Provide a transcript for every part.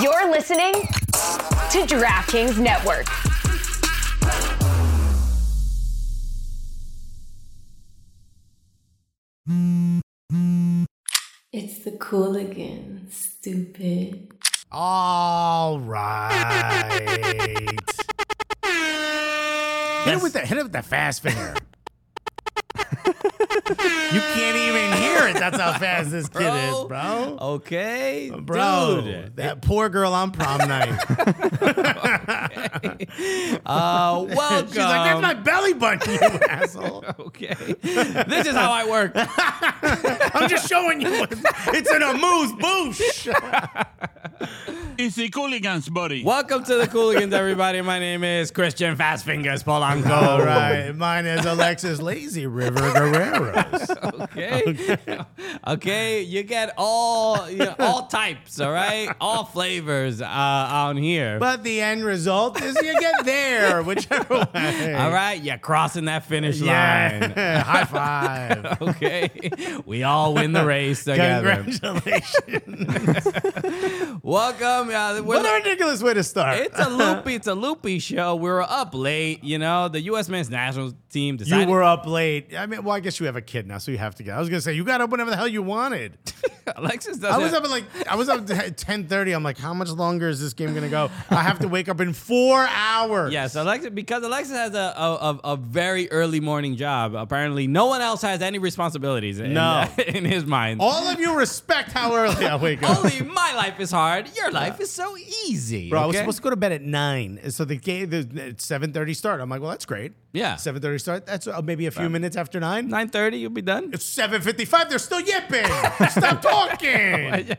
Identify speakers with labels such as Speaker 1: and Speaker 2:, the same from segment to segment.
Speaker 1: You're listening to DraftKings Network.
Speaker 2: It's the Cooligans, stupid.
Speaker 3: All right. hit it with the hit it with the fast finger. you can't even hear it. That's how fast this kid
Speaker 4: Bro.
Speaker 3: is, bro.
Speaker 4: Okay,
Speaker 3: Bro,
Speaker 4: dude.
Speaker 3: that poor girl on prom night.
Speaker 4: Uh, welcome.
Speaker 3: She's like, "That's my belly button, you asshole."
Speaker 4: okay. this is how I work.
Speaker 3: I'm just showing you. what- It's in a moose boosh.
Speaker 5: It's the Cooligans, buddy.
Speaker 4: welcome to the Cooligans, everybody. My name is Christian Fastfingers Polanco.
Speaker 3: All right, mine is Alexis Lazy River Guerreros.
Speaker 4: Okay. okay. You get all you know, all types, all right? All flavors uh, on here.
Speaker 3: But the end result is you get there, whichever way.
Speaker 4: all right, you're crossing that finish line.
Speaker 3: Yeah. High five.
Speaker 4: Okay. we all win the race together.
Speaker 3: Congratulations.
Speaker 4: Welcome. Uh, we're-
Speaker 3: what a ridiculous way to start.
Speaker 4: It's a loopy, it's a loopy show. We were up late, you know. The U.S. men's national team
Speaker 3: you
Speaker 4: decided.
Speaker 3: were up late. I mean, well, I guess you have a kid now, so you have to go. I was gonna say you got up whenever the hell you wanted.
Speaker 4: Alexis
Speaker 3: I
Speaker 4: doesn't.
Speaker 3: was up at like I was up at ten thirty. I'm like, how much longer is this game gonna go? I have to wake up in four hours.
Speaker 4: Yes, Alexis, because Alexis has a, a, a, a very early morning job. Apparently, no one else has any responsibilities in,
Speaker 3: No.
Speaker 4: in his mind.
Speaker 3: All of you respect how early I wake up.
Speaker 4: Only my life is hard. Your life is so easy.
Speaker 3: Bro, I was
Speaker 4: okay?
Speaker 3: supposed to go to bed at nine, and so the game the seven thirty start. I'm like, well, that's great.
Speaker 4: Yeah.
Speaker 3: seven thirty start. That's uh, maybe a few minutes after nine.
Speaker 4: 9.30, you'll be done.
Speaker 3: It's seven fifty five. They're still yipping. Stop talking.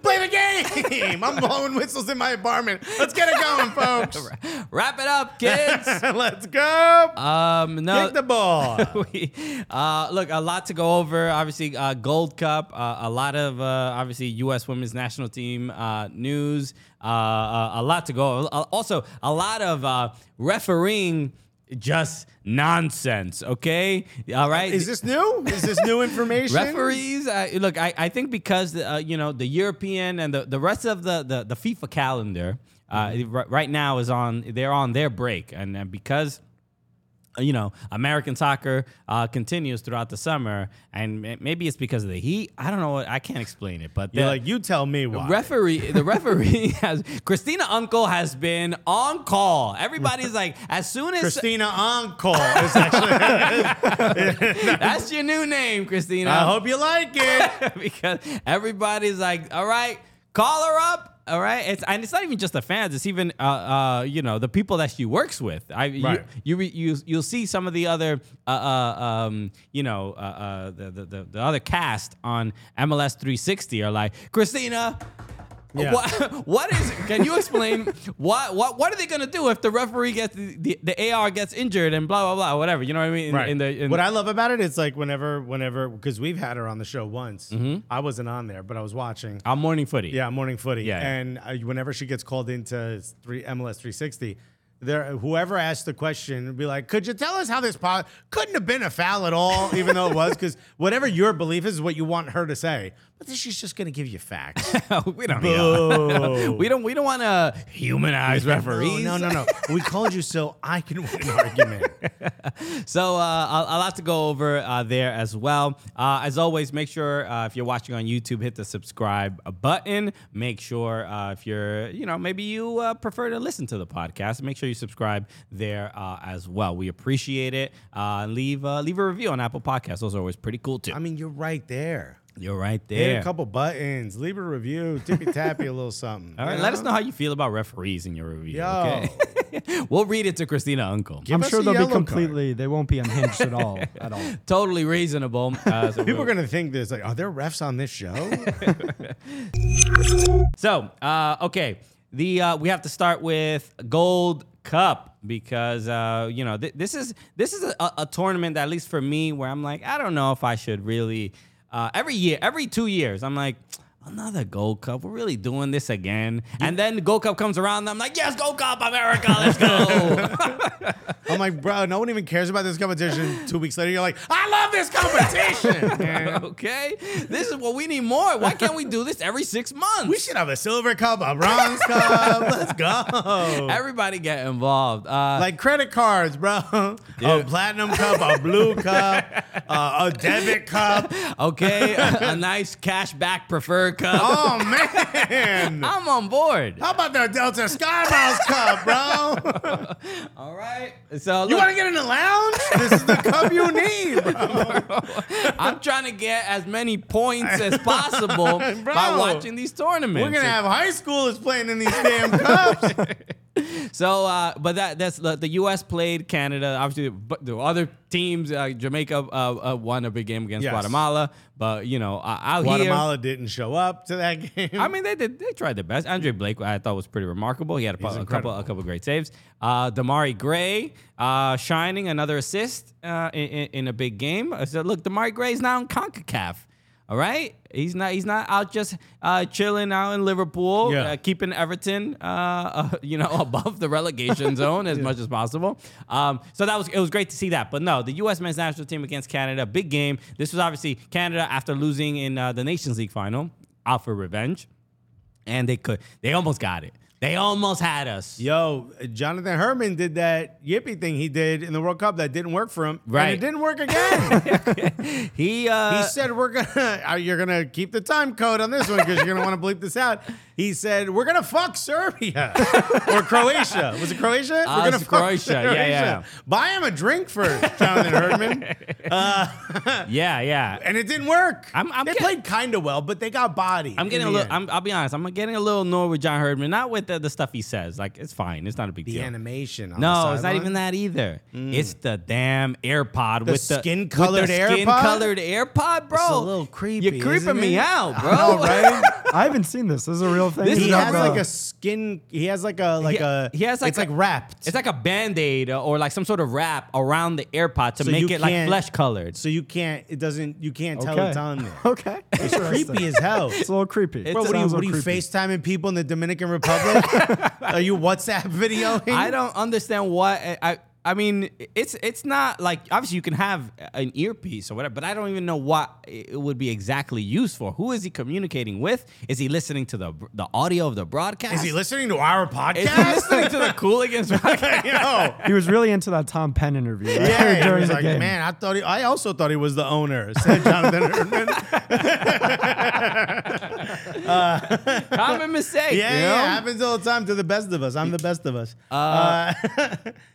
Speaker 3: Play the game. I'm blowing whistles in my apartment. Let's get it going, folks.
Speaker 4: Wrap it up, kids.
Speaker 3: Let's go.
Speaker 4: um, no.
Speaker 3: Kick the ball.
Speaker 4: we, uh, look, a lot to go over. Obviously, uh, Gold Cup, uh, a lot of uh, obviously U.S. Women's National Team uh, news. Uh, uh, a lot to go. Uh, also, a lot of uh, refereeing just nonsense. Okay, all right.
Speaker 3: Is this new? Is this new information?
Speaker 4: Referees, uh, look, I, I think because uh, you know the European and the, the rest of the the, the FIFA calendar uh,
Speaker 3: Mm-hmm.
Speaker 4: ri- right now is on they're on their break, and, and because uh, you know American soccer uh, continues throughout the summer, and ma- maybe it's because of the heat. I don't know. I can't explain it, but
Speaker 3: You're
Speaker 4: the-
Speaker 3: like, you tell me why.
Speaker 4: referee the referee has Christina Uncle has been on call. Everybody's like as soon as
Speaker 3: Christina Encore. It's actually,
Speaker 4: that's your new name, Christina.
Speaker 3: I hope you like it.
Speaker 4: because everybody's like, all right, call her up. All right, it's and it's not even just the fans. It's even uh, uh, you know the people that she works with. I
Speaker 3: Right.
Speaker 4: you, you re- you you'll see some of the other uh, uh, um, you know uh, uh, the, the the the other cast on MLS 360 are like Christina.
Speaker 3: Yeah.
Speaker 4: What, what is? Can you explain what what what are they gonna do if the referee gets the, the, the AR gets injured and blah blah blah whatever you know what I mean? In,
Speaker 3: Right.
Speaker 4: in the, in,
Speaker 3: what I love about it is like whenever, whenever, because we've had her on the show once.
Speaker 4: Mm-hmm.
Speaker 3: I wasn't on there, but I was watching.
Speaker 4: on morning footy.
Speaker 3: Yeah, morning footy.
Speaker 4: Yeah.
Speaker 3: And uh, whenever she gets called into three MLS 360, there whoever asked the question would be like, "Could you tell us how this po- couldn't have been a foul at all, even though it was?" Because whatever your belief is, is what you want her to say. But then she's just going to give you facts.
Speaker 4: we don't. need all- we don't. We don't want to humanize referees.
Speaker 3: No, no, no. no. we called you so I can win an argument.
Speaker 4: So uh, a, a lot to go over uh, there as well. Uh, as always, make sure uh, if you're watching on YouTube, hit the subscribe button. Make sure uh, if you're, you know, maybe you uh, prefer to listen to the podcast, make sure you subscribe there uh, as well. We appreciate it. Uh, leave uh, leave a review on Apple Podcasts. Those are always pretty cool too.
Speaker 3: I mean, you're right there.
Speaker 4: you're right
Speaker 3: Hit
Speaker 4: there.
Speaker 3: a couple buttons, leave a review, tippy tappy a little something.
Speaker 4: All right,
Speaker 3: you
Speaker 4: let us know how you feel about referees in your review.
Speaker 3: Yo,
Speaker 4: Okay, we'll read it to Christina Uncle.
Speaker 3: give
Speaker 6: I'm
Speaker 3: us
Speaker 6: sure
Speaker 3: a
Speaker 6: they'll
Speaker 3: yellow
Speaker 6: be
Speaker 3: card.
Speaker 6: completely. They won't be unhinged at all. At all.
Speaker 4: Totally reasonable. Uh, so
Speaker 3: People
Speaker 4: we'll-
Speaker 3: are gonna think this. Like, are there refs on this show?
Speaker 4: So, uh, okay, the uh, we have to start with Gold Cup because uh, you know th- this is this is a, a tournament that at least for me where I'm like I don't know if I should really uh, every year every two years I'm like another Gold Cup. We're really doing this again. And then Gold Cup comes around, and I'm like, yes, Gold Cup, America, let's go.
Speaker 3: I'm like, bro, no one even cares about this competition. Two weeks later, you're like, I love this competition. man.
Speaker 4: okay, this is what we need more. Why can't we do this every six months?
Speaker 3: we should have a silver cup, a bronze cup. Let's go.
Speaker 4: Everybody get involved. Uh,
Speaker 3: Like credit cards, bro. A
Speaker 4: Dude.
Speaker 3: platinum cup, a blue cup, uh, a debit cup.
Speaker 4: okay, a, a nice cash back preferred cup.
Speaker 3: Oh man.
Speaker 4: I'm on board.
Speaker 3: How about the Delta Sky Miles cup, bro?
Speaker 4: All right. So
Speaker 3: You
Speaker 4: look,
Speaker 3: want to get in the lounge? This is the cup you need, bro.
Speaker 4: I'm trying to get as many points as possible by
Speaker 3: Bro.
Speaker 4: watching these tournaments.
Speaker 3: We're gonna have high schoolers playing in these damn cups.
Speaker 4: So, uh, but that that's the, the U.S. played Canada. Obviously, but the other teams, uh, Jamaica uh, uh, won a big game against
Speaker 3: Yes.
Speaker 4: Guatemala. But you know, uh, out
Speaker 3: Guatemala didn't show up to that game.
Speaker 4: here, I mean, they did. They tried their best. Andre Blake, I thought was pretty remarkable. He had a, a couple a couple great saves. Uh, Damari Gray, uh, shining another assist uh, in, in, in a big game. I said, look, Damari Gray's now in Concacaf. All right, he's not he's not out just uh, chilling out in Liverpool.
Speaker 3: Yeah.
Speaker 4: Uh, keeping Everton, uh, uh, you know, above the relegation zone as much as possible. Um, so that was it was great to see that. But no, the U.S. men's national team against Canada, big game. This was obviously Canada after losing in uh, the Nations League final, out for revenge, and they could they almost got it. They almost had us.
Speaker 3: Yo, Jonathan Herman did that yippy thing he did in the World Cup that didn't work for him. And
Speaker 4: Right.
Speaker 3: it didn't work again.
Speaker 4: He
Speaker 3: he
Speaker 4: uh,
Speaker 3: said, We're gonna uh, you're gonna keep the time code on this one because you're gonna want to bleep this out. He said, We're gonna fuck Serbia or Croatia. Was it Croatia?
Speaker 4: Uh,
Speaker 3: We're gonna
Speaker 4: it's Croatia. Yeah, yeah, yeah.
Speaker 3: Buy him a drink first, Jonathan Herman.
Speaker 4: yeah, yeah.
Speaker 3: And it didn't work.
Speaker 4: I'm- I'm
Speaker 3: they
Speaker 4: get-
Speaker 3: played kind of well, but they got bodied.
Speaker 4: I'm getting a
Speaker 3: in the
Speaker 4: little.
Speaker 3: end.
Speaker 4: I'm, I'll be honest. I'm getting a little annoyed with John Herdman, not with the, the stuff he says. Like it's fine. It's not a big
Speaker 3: the
Speaker 4: deal.
Speaker 3: animation. On
Speaker 4: No,
Speaker 3: the
Speaker 4: it's not even
Speaker 3: sideline. Hmm.
Speaker 4: that either. It's the damn AirPod with the
Speaker 3: skin-colored
Speaker 4: with the skin
Speaker 3: AirPod?
Speaker 4: colored AirPod, bro.
Speaker 3: It's a little creepy.
Speaker 4: You're creeping
Speaker 3: isn't
Speaker 4: me
Speaker 3: it?
Speaker 4: out,
Speaker 3: I
Speaker 4: bro.
Speaker 3: know, right?
Speaker 6: I haven't seen this. This is a real thing.
Speaker 4: This
Speaker 6: It's
Speaker 3: he
Speaker 6: not
Speaker 3: has
Speaker 6: real.
Speaker 3: like a skin. He has like a like
Speaker 4: He-
Speaker 3: a.
Speaker 4: he has like
Speaker 3: it's
Speaker 4: a-
Speaker 3: like wrapped.
Speaker 4: It's like a band aid or like some sort of wrap around the AirPod to
Speaker 3: So you
Speaker 4: make it like
Speaker 3: can't-
Speaker 4: flesh colored.
Speaker 3: so you can't. It doesn't. You can't tell it's on there.
Speaker 6: Okay.
Speaker 3: It's creepy as hell.
Speaker 6: It's a little creepy.
Speaker 4: It's
Speaker 3: Bro, what are you,
Speaker 6: Sounds a
Speaker 3: what are you
Speaker 6: little creepy.
Speaker 3: FaceTiming people in the Dominican Republic? are you WhatsApp videoing?
Speaker 4: I don't understand what eh, I. I I mean, it's it's not like obviously you can have an earpiece or whatever, but I don't even know what it would be exactly used for. Who is he communicating with? Is he listening to the the audio of the broadcast?
Speaker 3: Is he listening to our
Speaker 4: Is he
Speaker 3: podcast?
Speaker 4: listening to the Cooligans podcast?
Speaker 3: Yo. Yeah,
Speaker 6: He was really into that Tom Penn interview. Right?
Speaker 3: he
Speaker 6: during
Speaker 3: was
Speaker 6: the
Speaker 3: like,
Speaker 6: game.
Speaker 3: man, I thought he, I also thought he was the owner. Said Jonathan Erdman.
Speaker 4: Common mistake.
Speaker 3: Yeah,
Speaker 4: you know?
Speaker 3: yeah, happens all the time to the best of us. I'm the best of us.
Speaker 4: Uh,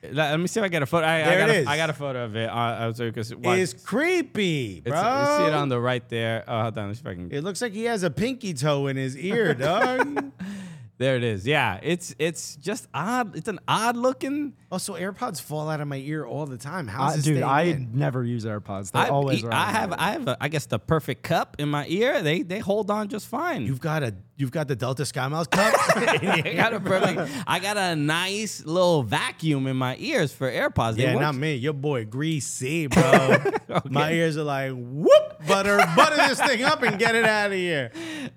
Speaker 4: Let, let me see if I get a photo. I, I
Speaker 3: There it
Speaker 4: got a,
Speaker 3: is.
Speaker 4: I got a photo of it. Uh, I was because it's,
Speaker 3: It's creepy, bro.
Speaker 4: it's- you see it on the right there. Oh, hold on, let's see if I can.
Speaker 3: It looks like he has a pinky toe in his ear, dog.
Speaker 4: there it is. Yeah, it's it's just odd. It's an odd looking.
Speaker 3: also, Oh, AirPods fall out of my ear all the time. How's
Speaker 6: I,
Speaker 3: this
Speaker 6: dude,
Speaker 3: thing
Speaker 6: I
Speaker 3: in?
Speaker 6: never use AirPods. They
Speaker 4: I, e,
Speaker 6: always are.
Speaker 4: I have I have a, I guess the perfect cup in my ear. They they hold on just fine.
Speaker 3: You've got a you've got the Delta Sky Miles cup.
Speaker 4: I got a perfect. I got a nice little vacuum in my ears for AirPods. They
Speaker 3: yeah,
Speaker 4: work
Speaker 3: not me. Your boy Greasy, bro. My ears are like whoop butter butter this thing up and get it out of here.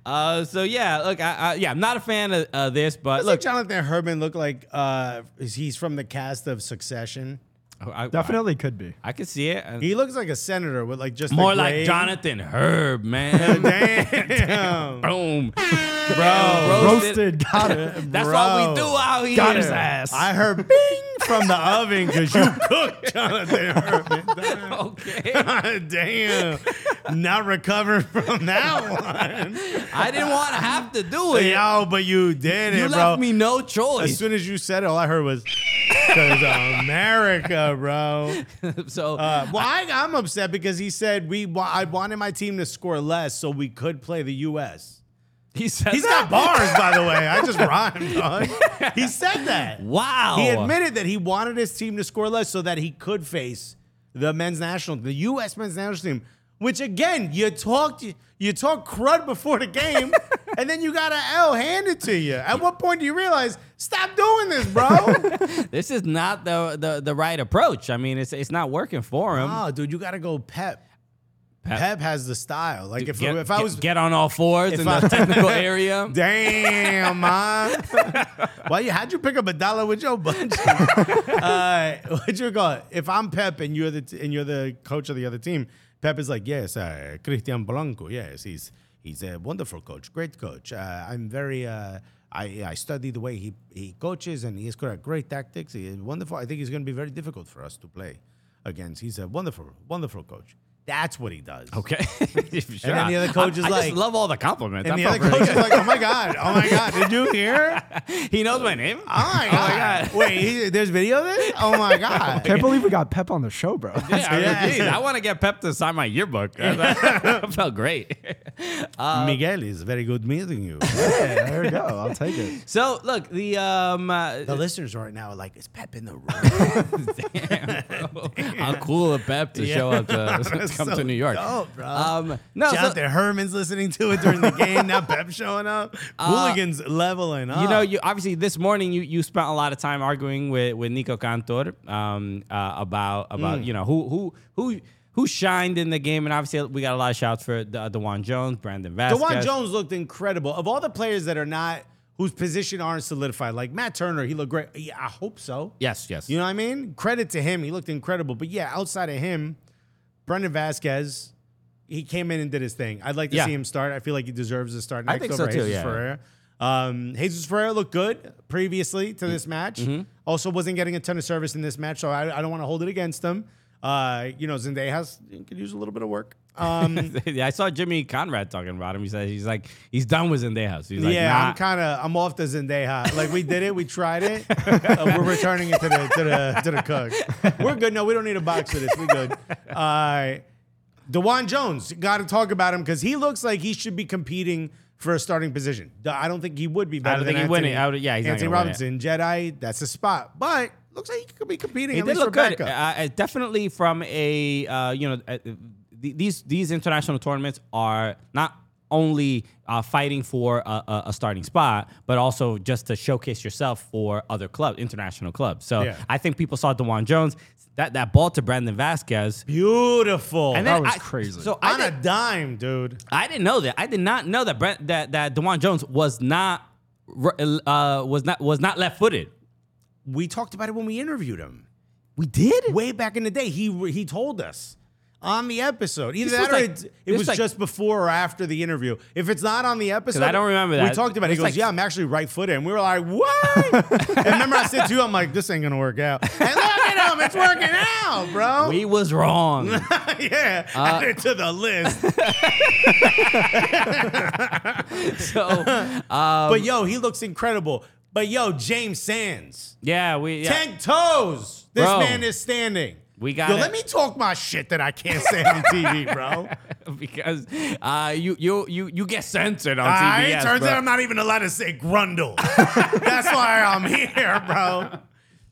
Speaker 4: Uh, so yeah, look, I, I yeah, I'm not a fan of uh, this, but
Speaker 3: Look,
Speaker 4: look,
Speaker 3: Jonathan Herman look like uh, is- he's from the cast of Succession.
Speaker 4: I, I-
Speaker 6: Definitely could be.
Speaker 4: I, can see it. and
Speaker 3: He looks like a senator with like just the
Speaker 4: More like
Speaker 3: gray-
Speaker 4: Jonathan Herb, man.
Speaker 3: Damn,
Speaker 4: Boom,
Speaker 3: bro.
Speaker 6: Roasted. Got it.
Speaker 4: That's what we do
Speaker 3: Bro.
Speaker 4: out here.
Speaker 6: Got his ass.
Speaker 3: I heard bing from the oven because you cooked, Jonathan Herman.
Speaker 4: Okay.
Speaker 3: Damn. Not recovering from that one.
Speaker 4: I didn't want to have to do it.
Speaker 3: Yo, but you did
Speaker 4: you
Speaker 3: it,
Speaker 4: left
Speaker 3: bro.
Speaker 4: me no
Speaker 3: as
Speaker 4: choice.
Speaker 3: soon as you said it, all I heard was, because America, bro.
Speaker 4: so
Speaker 3: Uh, well, I, I'm upset because he said we. wa- I wanted my team to score less so we could play the U.S.
Speaker 4: he said
Speaker 3: He's
Speaker 4: that?
Speaker 3: got bars, by the way. I just rhymed, dog. He said that.
Speaker 4: Wow.
Speaker 3: He admitted that he wanted his team to score less so that he could face the men's national, the U.S. men's national team. Which again, you talked, you talk crud before the game, and then you got an L handed to you. At what point do you realize stop doing this, bro?
Speaker 4: this is not
Speaker 3: Ah,
Speaker 4: the, the the right approach. I mean, it's it's not working for him.
Speaker 3: oh, dude, you got to go pep.
Speaker 4: Pep.
Speaker 3: Pep has the style. Like if
Speaker 4: get,
Speaker 3: if I
Speaker 4: get-
Speaker 3: was
Speaker 4: get on all fours
Speaker 3: if
Speaker 4: in
Speaker 3: I-
Speaker 4: the technical area.
Speaker 3: Damn, man. Why you? How'd you pick up a dollar with your budget? uh, what you call it? If I'm Pep and you're the t- and you're the coach of the other team, Pep is like, yes, uh, Cristian Blanco. Yes, he's he's a wonderful coach, great coach. Uh, I'm very. Uh, I, I study the way he, he coaches and he has got great tactics. He is wonderful. I think he's going to be very difficult for us to play against. He's a wonderful, wonderful coach. That's what he does.
Speaker 4: Okay. sure.
Speaker 3: then the other coach
Speaker 4: I-
Speaker 3: is
Speaker 4: I just
Speaker 3: like-
Speaker 4: love all the compliments.
Speaker 3: And
Speaker 4: I
Speaker 3: the other
Speaker 4: felt
Speaker 3: coach
Speaker 4: really
Speaker 3: is like, oh my God, oh my God, did you hear?
Speaker 4: good. he knows my name.
Speaker 3: Oh my god! Wait, he, there's video of this? Oh my god!
Speaker 6: Can't believe we got Pep on the show, bro.
Speaker 4: Yeah, I, mean,
Speaker 3: Yeah.
Speaker 4: geez, I want to get Pep to sign my yearbook. That felt great.
Speaker 3: Miguel is very good meeting you.
Speaker 6: there we go. I'll take it.
Speaker 4: So look, the um, uh,
Speaker 3: the listeners right now are like, "Is Pep in the room?"
Speaker 4: damn, bro. how cool of Pep to show up to
Speaker 3: That's
Speaker 4: come
Speaker 3: so
Speaker 4: to New York.
Speaker 3: dope, bro.
Speaker 4: Um, no, so-
Speaker 3: Shout out to Herman's listening to it during the game. Now Pep showing up. Hooligans leveling up.
Speaker 4: you know, you obviously this morning you, you spent a lot of time arguing with, with Nico Cantor um, uh, about
Speaker 3: Mm.
Speaker 4: about you know who who who who shined in the game, and obviously we got a lot of shouts for De- DeJuan Jones, Brandon Vasquez.
Speaker 3: Dewan Jones looked incredible. Of all the players that are not whose position aren't solidified, like Matt Turner, he looked great. Yeah, I hope so.
Speaker 4: Yes, yes.
Speaker 3: You know what I mean? Credit to him. He looked incredible. But yeah, outside of him, Brendan Vasquez, he came in and did his thing. I'd like to
Speaker 4: Yeah.
Speaker 3: see him start. I feel like he deserves to start
Speaker 4: I
Speaker 3: next
Speaker 4: think
Speaker 3: over
Speaker 4: so too,
Speaker 3: Jesus
Speaker 4: yeah.
Speaker 3: Ferreira. Um, Jesus Ferreira looked good previously to
Speaker 4: Mm-hmm.
Speaker 3: this match. Also wasn't getting a ton of service in this match, so I, I don't want to hold it against him. Uh, you know, Zendejas could use a little bit of work. Um,
Speaker 4: Yeah, I saw Jimmy Conrad talking about him. He said he's like he's done with Zendejas. He's like,
Speaker 3: yeah,
Speaker 4: nah,
Speaker 3: I'm kind of I'm off the Zendaya. Like we did it, we tried it. Uh, we're returning it to the to the to the cook. We're good. No, we don't need a box for this. We good. Uh, Dewan Jones, got to talk about him because he looks like he should be competing for a starting position. D- I don't think he would be better.
Speaker 4: don't
Speaker 3: than
Speaker 4: think he would.
Speaker 3: Anthony,
Speaker 4: I would- yeah, he's not
Speaker 3: Anthony
Speaker 4: gonna win it.
Speaker 3: Robinson, Jedi. That's a spot, but looks like he could be competing.
Speaker 4: He
Speaker 3: at
Speaker 4: did
Speaker 3: least
Speaker 4: look
Speaker 3: for
Speaker 4: good. Uh,
Speaker 3: backup.
Speaker 4: uh, definitely from a uh, you know uh, th- these these international tournaments are not only uh, fighting for a, a, a starting spot, but also just to showcase yourself for other clubs, international clubs. So
Speaker 3: Yeah.
Speaker 4: I think people saw Dewan Jones that that ball to Brandon Vasquez.
Speaker 3: Beautiful.
Speaker 4: And
Speaker 6: that
Speaker 4: then
Speaker 6: was
Speaker 4: I-
Speaker 6: crazy.
Speaker 4: So I
Speaker 3: on a
Speaker 4: did,
Speaker 3: dime, dude.
Speaker 4: I didn't know that. I did not know that Brent, that that Dewan Jones was not uh, was not was not left footed.
Speaker 3: We talked about it when we interviewed him.
Speaker 4: We did.
Speaker 3: way back in the day. He he told us on the episode. Either
Speaker 4: This
Speaker 3: that or
Speaker 4: was like-
Speaker 3: it, it
Speaker 4: this
Speaker 3: was
Speaker 4: like-
Speaker 3: just before or after the interview. If it's not on the episode,
Speaker 4: I don't remember
Speaker 3: We
Speaker 4: that.
Speaker 3: talked about it. He
Speaker 4: It's
Speaker 3: goes,
Speaker 4: like-
Speaker 3: "Yeah, I'm actually right footed," and we were like, "What?" and remember, I said to you, "I'm like, this ain't gonna work out." And look at him, it's working out, bro.
Speaker 4: We Uh, was wrong.
Speaker 3: yeah, add it to the list.
Speaker 4: um, so
Speaker 3: but yo, he looks incredible. But yo, James Sands.
Speaker 4: yeah, we yeah.
Speaker 3: Ten toes. This
Speaker 4: Bro.
Speaker 3: man is standing.
Speaker 4: We got
Speaker 3: Yo,
Speaker 4: it.
Speaker 3: let me talk my shit that I can't say on TV, bro.
Speaker 4: because uh, you you you you get censored on
Speaker 3: I
Speaker 4: TV.
Speaker 3: turns out I'm not even allowed to say grundle. That's why I'm here, bro.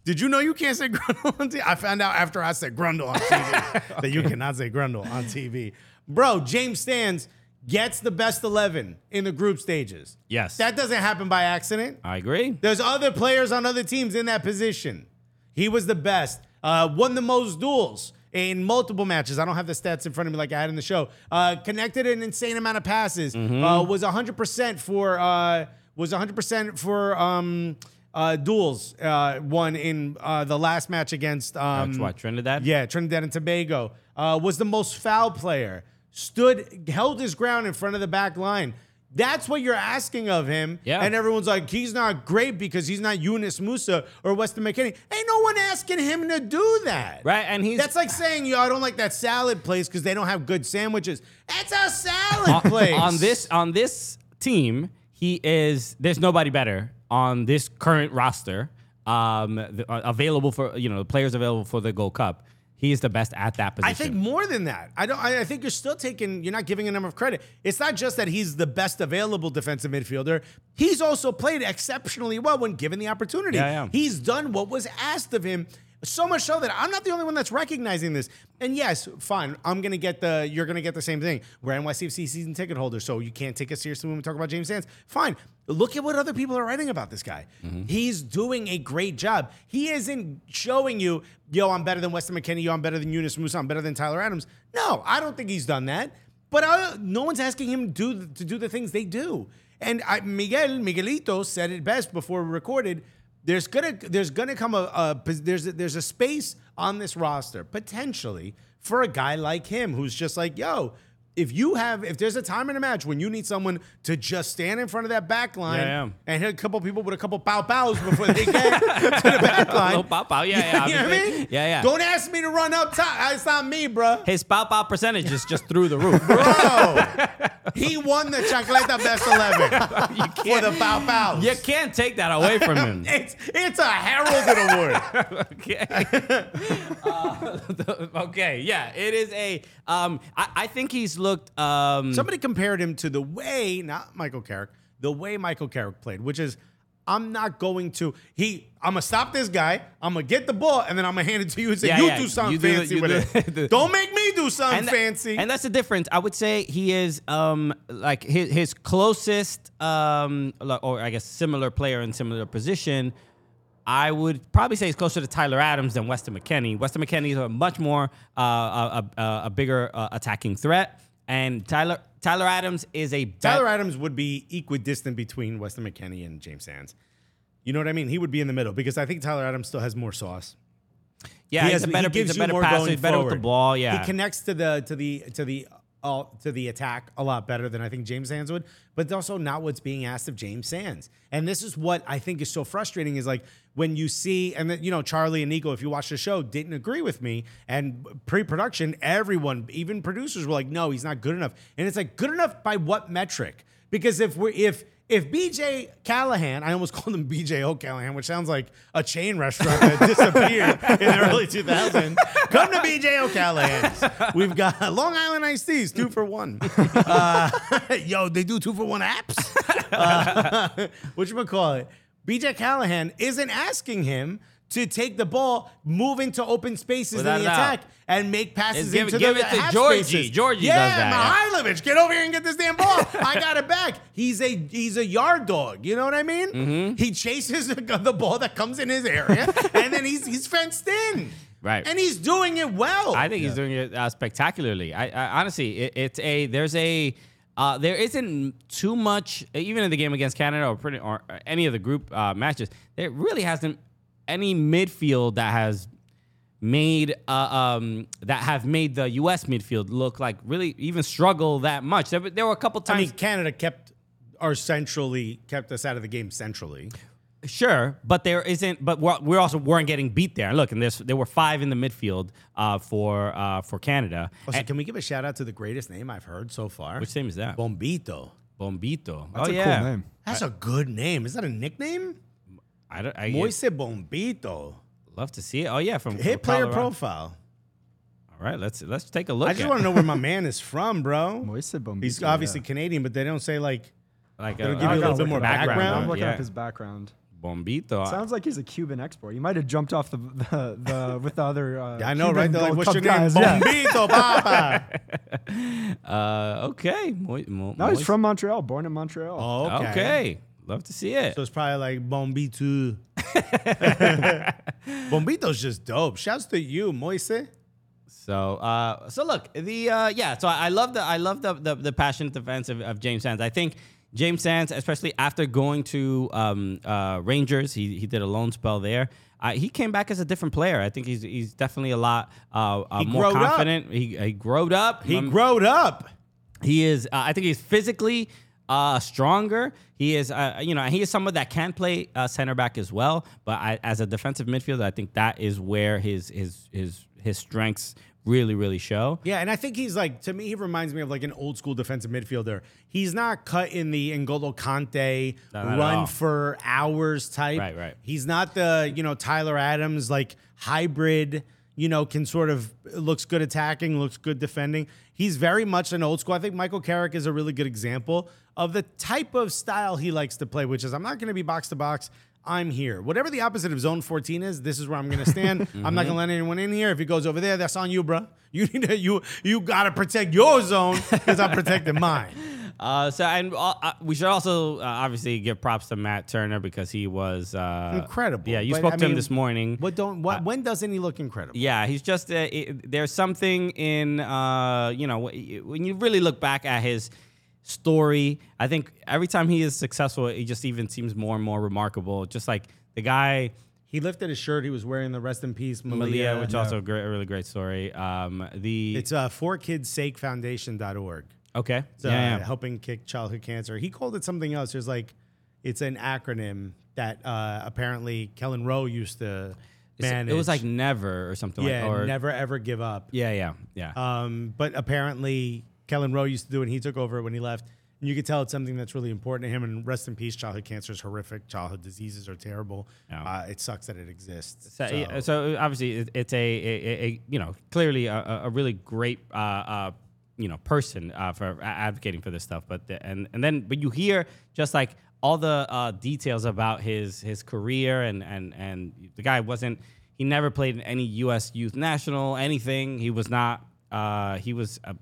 Speaker 3: Did you know you can't say grundle on TV? I found out after I said grundle on TV that you cannot say grundle on TV. Bro, James Stands gets the best 11 in the group stages.
Speaker 4: Yes.
Speaker 3: That doesn't happen by accident.
Speaker 4: I agree.
Speaker 3: There's other players on other teams in that position. He was the best. Uh, won the most duels in multiple matches. I don't have the stats in front of me like I had in the show. Uh, connected an insane amount of passes. Uh, was 100% for uh, was 100% for um, uh, duels. Uh, won in uh, the last match against um,
Speaker 4: That's why Trinidad.
Speaker 3: yeah, Trinidad and Tobago. Uh, was the most foul player. Stood, held his ground in front of the back line. That's what you're asking of him.
Speaker 4: Yeah.
Speaker 3: And everyone's like, he's not great because he's not Eunice Musa or Weston McKinney. Ain't no one asking him to do that.
Speaker 4: Right, and he's-
Speaker 3: That's like saying, yo, I don't like that salad place because they don't have good sandwiches. That's a salad place.
Speaker 4: On this on this team, he is. There's nobody better on this current roster. Um, the, uh, available for you know the players available for the Gold Cup. He is the best at that position.
Speaker 3: I think more than that. I don't. I, I think you're still taking. You're not giving him enough credit. It's not just that he's the best available defensive midfielder. He's also played exceptionally well when given the opportunity.
Speaker 4: Yeah, yeah.
Speaker 3: He's done what was asked of him. So much so that I'm not the only one that's recognizing this. And yes, fine, I'm gonna get the you're gonna get the same thing. We're NYCFC season ticket holders, so you can't take us seriously when we talk about James Sands. Fine. Look at what other people are writing about this guy.
Speaker 4: Mm-hmm.
Speaker 3: He's doing a great job. He isn't showing you, yo, I'm better than Weston McKinney, yo, I'm better than Eunice Musa, I'm better than Tyler Adams. No, I don't think he's done that. But I, no one's asking him do to do the things they do. And I, Miguel Miguelito said it best before we recorded. There's gonna there's gonna come a, a pos- there's a, there's a space on this roster potentially for a guy like him who's just like yo. If you have if there's a time in a match when you need someone to just stand in front of that back line
Speaker 4: Yeah, yeah.
Speaker 3: and hit a couple people with a couple pow pows before they get to the back line.
Speaker 4: Little pow pow, yeah, yeah,
Speaker 3: you know what I
Speaker 4: obviously.
Speaker 3: mean?
Speaker 4: Yeah, yeah.
Speaker 3: Don't ask me to run up top. Ah, It's not me, bruh.
Speaker 4: His pow pow percentage is just through the roof. Bro,
Speaker 3: Bro, he won the Chocolata Best 11 for the Bow Bows.
Speaker 4: you can't take that away from him.
Speaker 3: It's, it's a heralded award.
Speaker 4: okay. Uh, okay. Yeah. It is a. Um. I, I think he's looked. Um.
Speaker 3: Somebody compared him to the way, not Michael Carrick, the way Michael Carrick played, which is I'm not going to, he, I'm going to stop this guy, I'm going to get the ball, and then I'm going to hand it to you and say,
Speaker 4: Yeah,
Speaker 3: you
Speaker 4: yeah,
Speaker 3: do something
Speaker 4: you do the-
Speaker 3: fancy
Speaker 4: you
Speaker 3: with
Speaker 4: do
Speaker 3: it.
Speaker 4: the-
Speaker 3: Don't make me do something
Speaker 4: and tha-
Speaker 3: fancy.
Speaker 4: and that's the difference. I would say he is um like his his closest um lo- or I guess similar player in similar position. I would probably say he's closer to Tyler Adams than Weston McKinney. Weston McKinney is a much more uh, a, a, a bigger uh, attacking threat, and Tyler Tyler Adams is a bet-
Speaker 3: Tyler Adams would be equidistant between Weston McKinney and James Sands. You know what I mean? He would be in the middle because I think Tyler Adams still has more sauce.
Speaker 4: yeah,
Speaker 3: he
Speaker 4: he's
Speaker 3: has-
Speaker 4: a
Speaker 3: he
Speaker 4: better,
Speaker 3: gives
Speaker 4: he's a
Speaker 3: you
Speaker 4: better
Speaker 3: more
Speaker 4: passer,
Speaker 3: going
Speaker 4: he's better with the
Speaker 3: forward.
Speaker 4: ball. Yeah,
Speaker 3: he connects to the to the to the uh, to the attack a lot better than I think James Sands would. But it's also not what's being asked of James Sands, and this is what I think is so frustrating is like when you see and then, you know Charlie and Nico, if you watch the show, didn't agree with me, and pre-production, everyone, even producers, were like, no, he's not good enough, and it's like good enough by what metric? Because if we're if if BJ Callahan, I almost called him BJ O'Callahan, which sounds like a chain restaurant that disappeared in the early 2000s. Come to BJ O'Callahan's. We've got Long Island iced teas, two for one. Uh, yo, they do two for one apps. Uh, what you call it? BJ Callahan isn't asking him to take the ball, move into open spaces
Speaker 4: Without
Speaker 3: in
Speaker 4: a
Speaker 3: the
Speaker 4: doubt.
Speaker 3: attack, and make passes
Speaker 4: Just give-
Speaker 3: into
Speaker 4: give
Speaker 3: the
Speaker 4: it to
Speaker 3: half
Speaker 4: Georgie.
Speaker 3: spaces.
Speaker 4: Georgie does
Speaker 3: yeah,
Speaker 4: that,
Speaker 3: my
Speaker 4: yeah.
Speaker 3: Mihailovic, get over here and get this damn ball. I got it back. He's a he's a yard dog. You know what I mean?
Speaker 4: Mm-hmm.
Speaker 3: He chases the, the ball that comes in his area, and then he's he's fenced in.
Speaker 4: Right.
Speaker 3: And he's doing it well.
Speaker 4: I think he's doing it uh, spectacularly. I, I honestly, it, it's a there's a uh, there isn't too much even in the game against Canada or pretty or any of the group uh, matches. There really hasn't any midfield that has made uh, um, that have made the U.S. midfield look like really even struggle that much. There, were- there were a couple
Speaker 3: I
Speaker 4: times,
Speaker 3: mean, Canada kept our centrally kept us out of the game centrally.
Speaker 4: sure, but there isn't. But we're, we're also weren't getting beat there. Look, and there's there were five in the midfield uh, for uh, for Canada.
Speaker 3: Also, can we give a shout out to the greatest name I've heard so far?
Speaker 4: Which name is that?
Speaker 3: Bombito.
Speaker 4: Bombito.
Speaker 6: That's
Speaker 4: oh
Speaker 6: a
Speaker 4: yeah.
Speaker 6: cool name.
Speaker 3: That's a good name. Is that a nickname?
Speaker 4: I don't. I
Speaker 3: Moise Bombito.
Speaker 4: love to see it. Oh yeah, from
Speaker 3: Hit player
Speaker 4: Colorado.
Speaker 3: profile.
Speaker 4: All right, let's let's take a look.
Speaker 3: I just
Speaker 4: at-
Speaker 3: want to know where my man is from, bro.
Speaker 6: Moise Bombito,
Speaker 3: He's obviously
Speaker 6: yeah.
Speaker 3: Canadian, but they don't say like.
Speaker 4: like
Speaker 3: That'll give you a
Speaker 4: I'll
Speaker 3: little
Speaker 4: go
Speaker 3: bit more
Speaker 4: look it up.
Speaker 3: background.
Speaker 6: I'm looking
Speaker 4: yeah.
Speaker 6: up his background.
Speaker 4: Bombito.
Speaker 6: Sounds like he's a Cuban export. He might have jumped off the the, the with the other. Uh,
Speaker 3: I know,
Speaker 6: Cuban
Speaker 3: right? They're like,
Speaker 6: Gold
Speaker 3: "What's your
Speaker 6: Cup
Speaker 3: name?"
Speaker 6: guys. Yeah.
Speaker 3: Bombito, Papa.
Speaker 4: uh, okay. Mo- mo-
Speaker 6: No, he's
Speaker 4: Moise-
Speaker 6: from Montreal, born in Montreal.
Speaker 3: Oh,
Speaker 4: Okay. Love to see it.
Speaker 3: So it's probably like Bombito. Bombito's just dope. Shouts to you, Moise.
Speaker 4: So, uh, so look, the uh, yeah. So I I love the I love the the, the passionate defense of, of James Sands. I think James Sands, especially after going to um, uh, Rangers, he he did a loan spell there. Uh, he came back as a different player. I think he's he's definitely a lot uh, uh,
Speaker 3: He
Speaker 4: more
Speaker 3: growed up.
Speaker 4: confident. He he growed up.
Speaker 3: He
Speaker 4: Um,
Speaker 3: growed up.
Speaker 4: He is. Uh, I think he's physically uh, stronger. He is. Uh, you know, he is someone that can play uh, center back as well. But I, as a defensive midfielder, I think that is where his his his his strengths really really show.
Speaker 3: Yeah, and I think he's like to me, he reminds me of like an old school defensive midfielder. He's not cut in the N'Golo Kante
Speaker 4: not at all.
Speaker 3: run for hours type.
Speaker 4: Right, right.
Speaker 3: He's not the you know Tyler Adams like hybrid. you know, can sort of looks good attacking, looks good defending. He's very much an old school. I think Michael Carrick is a really good example of the type of style he likes to play, which is I'm not going to be box to box. I'm here. Whatever the opposite of zone 14 is, this is where I'm going to stand. I'm not going to
Speaker 4: Mm-hmm.
Speaker 3: let anyone in here. If he goes over there, that's on you, bruh. You need to, you you got to protect your zone because I'm protecting mine.
Speaker 4: Uh, so and uh, uh, we should also uh, obviously give props to Matt Turner because he was uh,
Speaker 3: Incredible.
Speaker 4: Yeah, you
Speaker 3: But,
Speaker 4: spoke
Speaker 3: I
Speaker 4: to him
Speaker 3: mean,
Speaker 4: this morning. Uh,
Speaker 3: What don't what, when doesn't he look incredible?
Speaker 4: Yeah, he's just uh, it, there's something in uh, you know wh- when you really look back at his story. I think every time he is successful, he just even seems more and more remarkable. Just like the guy
Speaker 3: He lifted his shirt. He was wearing the rest in peace Malia, uh,
Speaker 4: Malia, which also a, great, a really great story. Um, the
Speaker 3: It's uh, forkidsakefoundation.org.
Speaker 4: okay,
Speaker 3: It's uh, helping kick childhood cancer. He called it something else. There's like, it's an acronym that uh, apparently Kellen Rowe used to
Speaker 4: It's-
Speaker 3: manage.
Speaker 4: it was like never or something
Speaker 3: yeah,
Speaker 4: like or
Speaker 3: never ever give up.
Speaker 4: Yeah, yeah, yeah.
Speaker 3: Um, but apparently Kellen Rowe used to do it and he took over when he left. And you could tell it's something that's really important to him. And rest in peace, childhood cancer is horrific. Childhood diseases are terrible.
Speaker 4: Yeah.
Speaker 3: Uh, it sucks that it exists.
Speaker 4: So, yeah, so uh, obviously it, it's a, a, a you know clearly a- a, a really great uh, uh, you know person uh, for a- advocating for this stuff. But the, and and then but you hear just like all the uh, details about his his career and and and the guy wasn't he never played in any U.S. youth national anything. He was not. Uh, he was. Uh,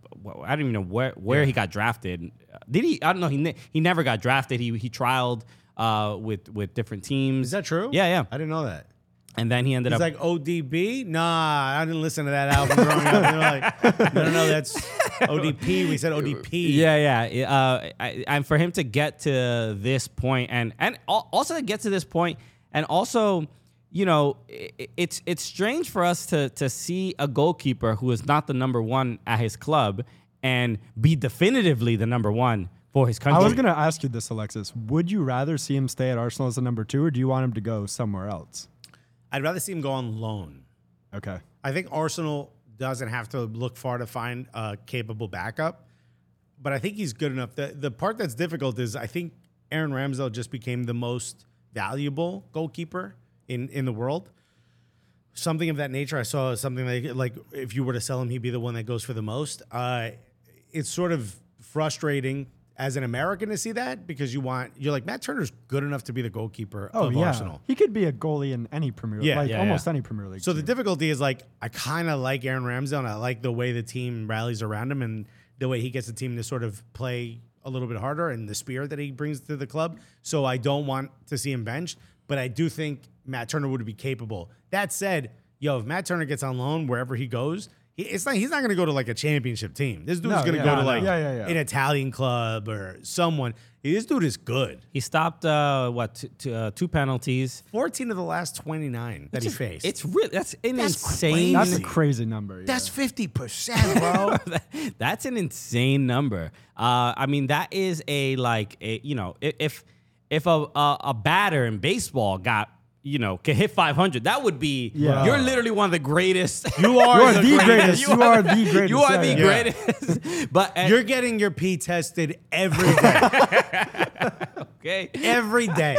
Speaker 4: I don't even know where where he got drafted. Uh, Did he? I don't know. He ne- he never got drafted. He he trialed uh, with with different teams.
Speaker 3: Is that true?
Speaker 4: Yeah, yeah.
Speaker 3: I didn't know that.
Speaker 4: And then he ended
Speaker 3: It's
Speaker 4: up
Speaker 3: like ODB. Nah, I didn't listen to that album growing up. They're like, no, no, no, that's ODP. We said ODP.
Speaker 4: Yeah, yeah. Uh, I, and for him to get to this point, and and al- also to get to this point, and also, you know, i- i it's it's strange for us to to see a goalkeeper who is not the number one at his club and be definitively the number one for his country.
Speaker 6: I was going to ask you this, Alexis. Would you rather see him stay at Arsenal as the number two, or do you want him to go somewhere else?
Speaker 3: I'd rather see him go on loan.
Speaker 6: Okay.
Speaker 3: I think Arsenal doesn't have to look far to find a capable backup, but I think he's good enough. The, the part that's difficult is I think Aaron Ramsdale just became the most valuable goalkeeper in, in the world. Something of that nature. I saw something like like if you were to sell him, he'd be the one that goes for the most. Uh, it's sort of frustrating as an American to see that because you want you're like Matt Turner's good enough to be the goalkeeper
Speaker 6: Oh
Speaker 3: of
Speaker 6: yeah,
Speaker 3: Arsenal.
Speaker 6: he could be a goalie in any Premier,
Speaker 3: Yeah,
Speaker 6: like
Speaker 4: yeah,
Speaker 6: almost
Speaker 4: yeah.
Speaker 6: any Premier League.
Speaker 3: So the
Speaker 6: team.
Speaker 3: difficulty is like I kind of like Aaron Ramsdale. And I like the way the team rallies around him and the way he gets the team to sort of play a little bit harder and the spirit that he brings to the club. So I don't want to see him benched, but I do think Matt Turner would be capable. That said, yo, if Matt Turner gets on loan wherever he goes, he, it's not he's not going to go to like a championship team. This dude's
Speaker 6: No,
Speaker 3: going to
Speaker 6: yeah,
Speaker 3: go
Speaker 6: no,
Speaker 3: to
Speaker 6: no.
Speaker 3: like
Speaker 6: Yeah, yeah, yeah.
Speaker 3: an Italian club or someone. This dude is good.
Speaker 4: he stopped uh, what t- t- uh, two penalties.
Speaker 3: 14 of the last 29 that he faced.
Speaker 4: It's really that's an
Speaker 3: That's
Speaker 4: insane.
Speaker 6: that's a
Speaker 3: crazy.
Speaker 6: crazy number. yeah.
Speaker 3: that's 50%, bro.
Speaker 4: That's an insane number. Uh, I mean, that is a like a, you know i- if if a, a a batter in baseball got you know could hit 500, that would be
Speaker 6: Yeah.
Speaker 4: you're literally one of the greatest.
Speaker 3: You are,
Speaker 6: you are the
Speaker 3: greatest.
Speaker 6: greatest. You are the greatest.
Speaker 4: you are the
Speaker 6: yeah, yeah.
Speaker 3: yeah.
Speaker 4: greatest. but and-
Speaker 3: You're getting your pee tested every day.
Speaker 4: okay.
Speaker 3: every day.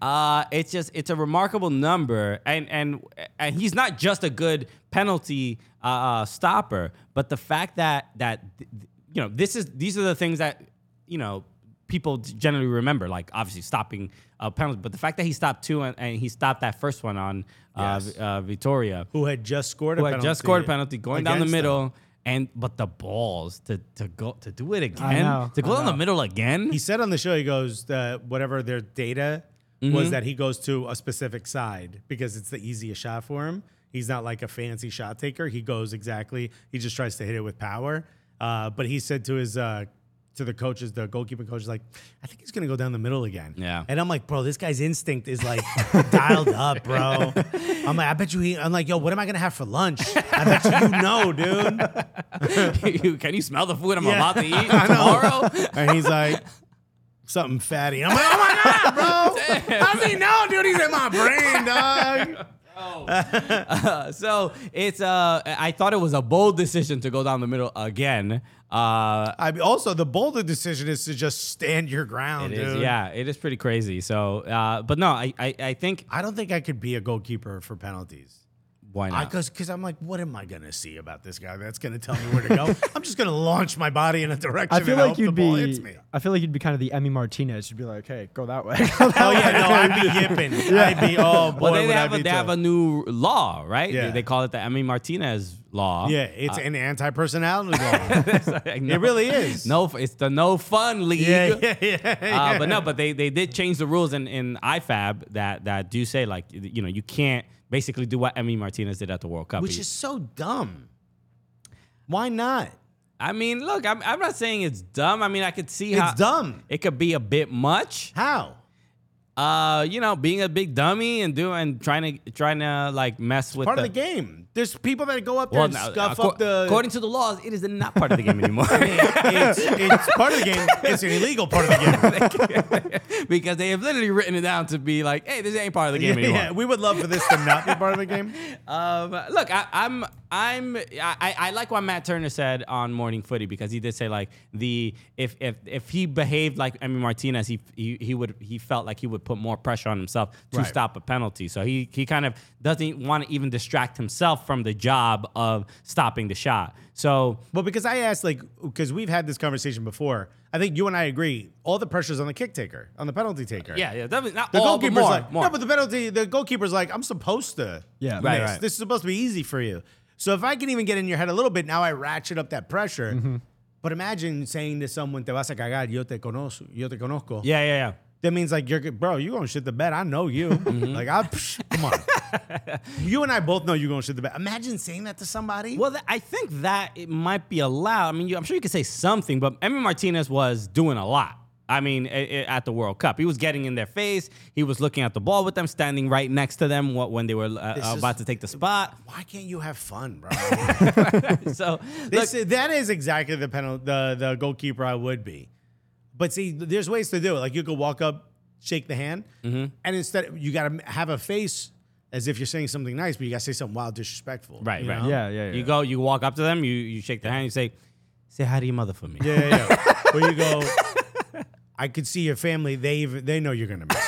Speaker 4: Uh, it's just it's a remarkable number, and and and he's not just a good penalty uh, uh, stopper, but the fact that that th- th- you know this is these are the things that you know people generally remember, like obviously stopping a penalty, but the fact that he stopped two and, and he stopped that first one on uh,
Speaker 3: Yes.
Speaker 4: uh, Victoria,
Speaker 3: Who had just scored a
Speaker 4: who had
Speaker 3: penalty.
Speaker 4: just scored a penalty, going down the
Speaker 3: against
Speaker 4: middle.
Speaker 3: them.
Speaker 4: And but the balls to to go to do it again
Speaker 6: know,
Speaker 4: to go
Speaker 6: I
Speaker 4: down the
Speaker 6: know.
Speaker 4: middle again.
Speaker 3: He said on the show, he goes, uh, whatever their data was that he goes to a specific side because it's the easiest shot for him. He's not like a fancy shot taker. He goes exactly, he just tries to hit it with power. Uh, but he said to his, uh, to the coaches, the goalkeeping coaches, like, I think he's gonna go down the middle again.
Speaker 4: Yeah.
Speaker 3: And I'm like, bro, this guy's instinct is like dialed up, bro. I'm like, I bet you he. I'm like, yo, what am I gonna have for lunch? I bet you, you know, dude.
Speaker 4: Can you smell the food I'm
Speaker 3: Yeah.
Speaker 4: about to eat tomorrow?
Speaker 3: And he's like, something fatty. I'm like, oh my God, bro. How does he know, dude? He's in my brain, dog.
Speaker 4: So it's uh, I thought it was a bold decision to go down the middle again. Uh,
Speaker 3: I also, the bolder decision is to just stand your ground,
Speaker 4: it
Speaker 3: dude.
Speaker 4: is, yeah, it is pretty crazy. So, uh, but no, I, I, I think
Speaker 3: I don't think I could be a goalkeeper for penalties.
Speaker 4: Why not?
Speaker 3: Because because I'm like, what am I gonna see about this guy? That's gonna tell me where to go. I'm just gonna launch my body in a direction.
Speaker 6: I feel
Speaker 3: and
Speaker 6: like
Speaker 3: hope the
Speaker 6: you'd
Speaker 3: ball hits me.
Speaker 6: be. I feel like you'd be kind of the Emmy Martinez. You'd be like, "Hey, go that way."
Speaker 3: Oh yeah, no, I'd be yipping. I'd be oh boy,
Speaker 4: well, they,
Speaker 3: would I
Speaker 4: have
Speaker 3: be
Speaker 4: a, they have
Speaker 3: too.
Speaker 4: a new law, right? They-
Speaker 3: Yeah.
Speaker 4: They, call it the Emmy Martinez law.
Speaker 3: yeah, it's an anti-personality law.
Speaker 4: it
Speaker 3: really is.
Speaker 4: No, f- it's the no fun league.
Speaker 3: yeah, yeah, yeah,
Speaker 4: Uh, but no, but they, they did change the rules in, in IFAB that, that do say like you know you can't basically do what Emmy Martinez did at the World Cup,
Speaker 3: which
Speaker 4: You-
Speaker 3: is so dumb. Why not?
Speaker 4: I mean, look, I'm, I'm not saying it's dumb. I mean, I could see
Speaker 3: It's
Speaker 4: how
Speaker 3: dumb.
Speaker 4: It could be a bit much.
Speaker 3: How?
Speaker 4: Uh, you know, being a big dummy and doing trying to trying to like mess with
Speaker 3: Part
Speaker 4: the,
Speaker 3: of the game. There's people that go up there
Speaker 4: Well,
Speaker 3: and
Speaker 4: no,
Speaker 3: scuff
Speaker 4: acco-
Speaker 3: up the.
Speaker 4: according to the laws, it is not part of the game anymore
Speaker 3: it's, it's part of the game. It's an illegal part of the game.
Speaker 4: because they have literally written it down to be like, hey, this ain't part of the game
Speaker 3: Yeah,
Speaker 4: anymore.
Speaker 3: yeah, we would love for this to not be part of the game.
Speaker 4: Um, look, I, I'm, I'm, I- I, I like what Matt Turner said on Morning Footy because he did say like the if if if he behaved like Emmy Martinez, he he, he would he felt like he would put more pressure on himself to
Speaker 3: Right.
Speaker 4: stop a penalty. So he he kind of doesn't want to even distract himself from the job of stopping the shot. So
Speaker 3: Well, because I asked, like, because we've had this conversation before. I think you and I agree. All the pressure's on the kick taker, on the penalty taker.
Speaker 4: yeah, yeah, definitely not
Speaker 3: The
Speaker 4: all, Oh, but
Speaker 3: goalkeeper's
Speaker 4: more,
Speaker 3: like,
Speaker 4: more.
Speaker 3: no, but the penalty, the goalkeeper's like, I'm supposed to.
Speaker 6: Yeah.
Speaker 3: miss.
Speaker 6: Right, right.
Speaker 3: This is supposed to be easy for you. So if I can even get in your head a little bit, now I ratchet up that pressure.
Speaker 4: Mm-hmm.
Speaker 3: But imagine saying to someone, "Te vas a cagar," yo te conozco, yo te conozco.
Speaker 4: yeah, yeah, yeah.
Speaker 3: That means like you're, bro, you gonna shit the bed. I know you.
Speaker 4: Mm-hmm.
Speaker 3: Like I, psh, come on. you and I both know you gonna shit the bed. Imagine saying that to somebody.
Speaker 4: Well, th- I think that it might be allowed. I mean, you, I'm sure you could say something, but Emmy Martinez was doing a lot. I mean, a- a- at the World Cup, he was getting in their face. He was looking at the ball with them, standing right next to them wh- when they were uh,
Speaker 3: is-
Speaker 4: about to take the spot.
Speaker 3: Why can't you have fun, bro?
Speaker 4: So, look,
Speaker 3: This, that is exactly the penal the the goalkeeper I would be. But see, there's ways to do it. Like you could walk up, shake the hand,
Speaker 4: Mm-hmm.
Speaker 3: and instead you got to have a face as if you're saying something nice, but you got to say something wild, disrespectful.
Speaker 4: right,
Speaker 3: you
Speaker 4: right,
Speaker 3: know?
Speaker 6: Yeah, yeah,
Speaker 4: You
Speaker 6: yeah.
Speaker 4: go, you walk up to them, you you shake their hand, you say, "Say hi to your mother for me."
Speaker 3: Yeah, yeah, yeah. Where you go, I could see your family. They even, they know you're gonna miss.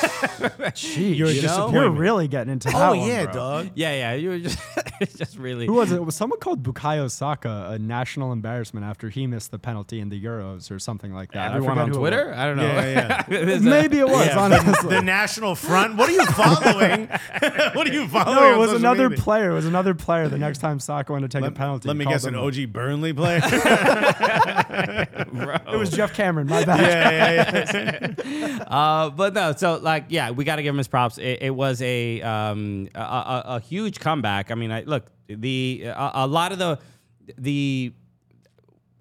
Speaker 6: Jeez,
Speaker 3: You're a
Speaker 6: you know? You're
Speaker 3: disappointment.
Speaker 6: really getting into that
Speaker 3: oh
Speaker 6: one,
Speaker 3: yeah,
Speaker 6: bro.
Speaker 3: dog.
Speaker 4: yeah, yeah. You were just, it's just really.
Speaker 6: Who was it? It Was someone called Bukayo Saka a national embarrassment after he missed the penalty in the Euros or something like that? I
Speaker 4: Everyone
Speaker 6: forget
Speaker 4: on
Speaker 6: who it
Speaker 4: Twitter? I don't know.
Speaker 3: Yeah, yeah.
Speaker 4: There's a-
Speaker 6: Maybe it was
Speaker 3: Yeah,
Speaker 6: honestly.
Speaker 3: The National Front. What are you following? what Oh, are you following?
Speaker 6: no, it
Speaker 3: on
Speaker 6: was
Speaker 3: social
Speaker 6: another
Speaker 3: media?
Speaker 6: player. It was another player. The next time Saka wanted to take a penalty,
Speaker 3: Let me
Speaker 6: called
Speaker 3: guess, an
Speaker 6: him-
Speaker 3: OG Burnley player.
Speaker 6: It was Jeff Cameron. My bad.
Speaker 4: Uh, but no, so like, yeah, we got to give him his props. It, it was a, um, a, a a huge comeback. I mean, I, look, the a, a lot of the the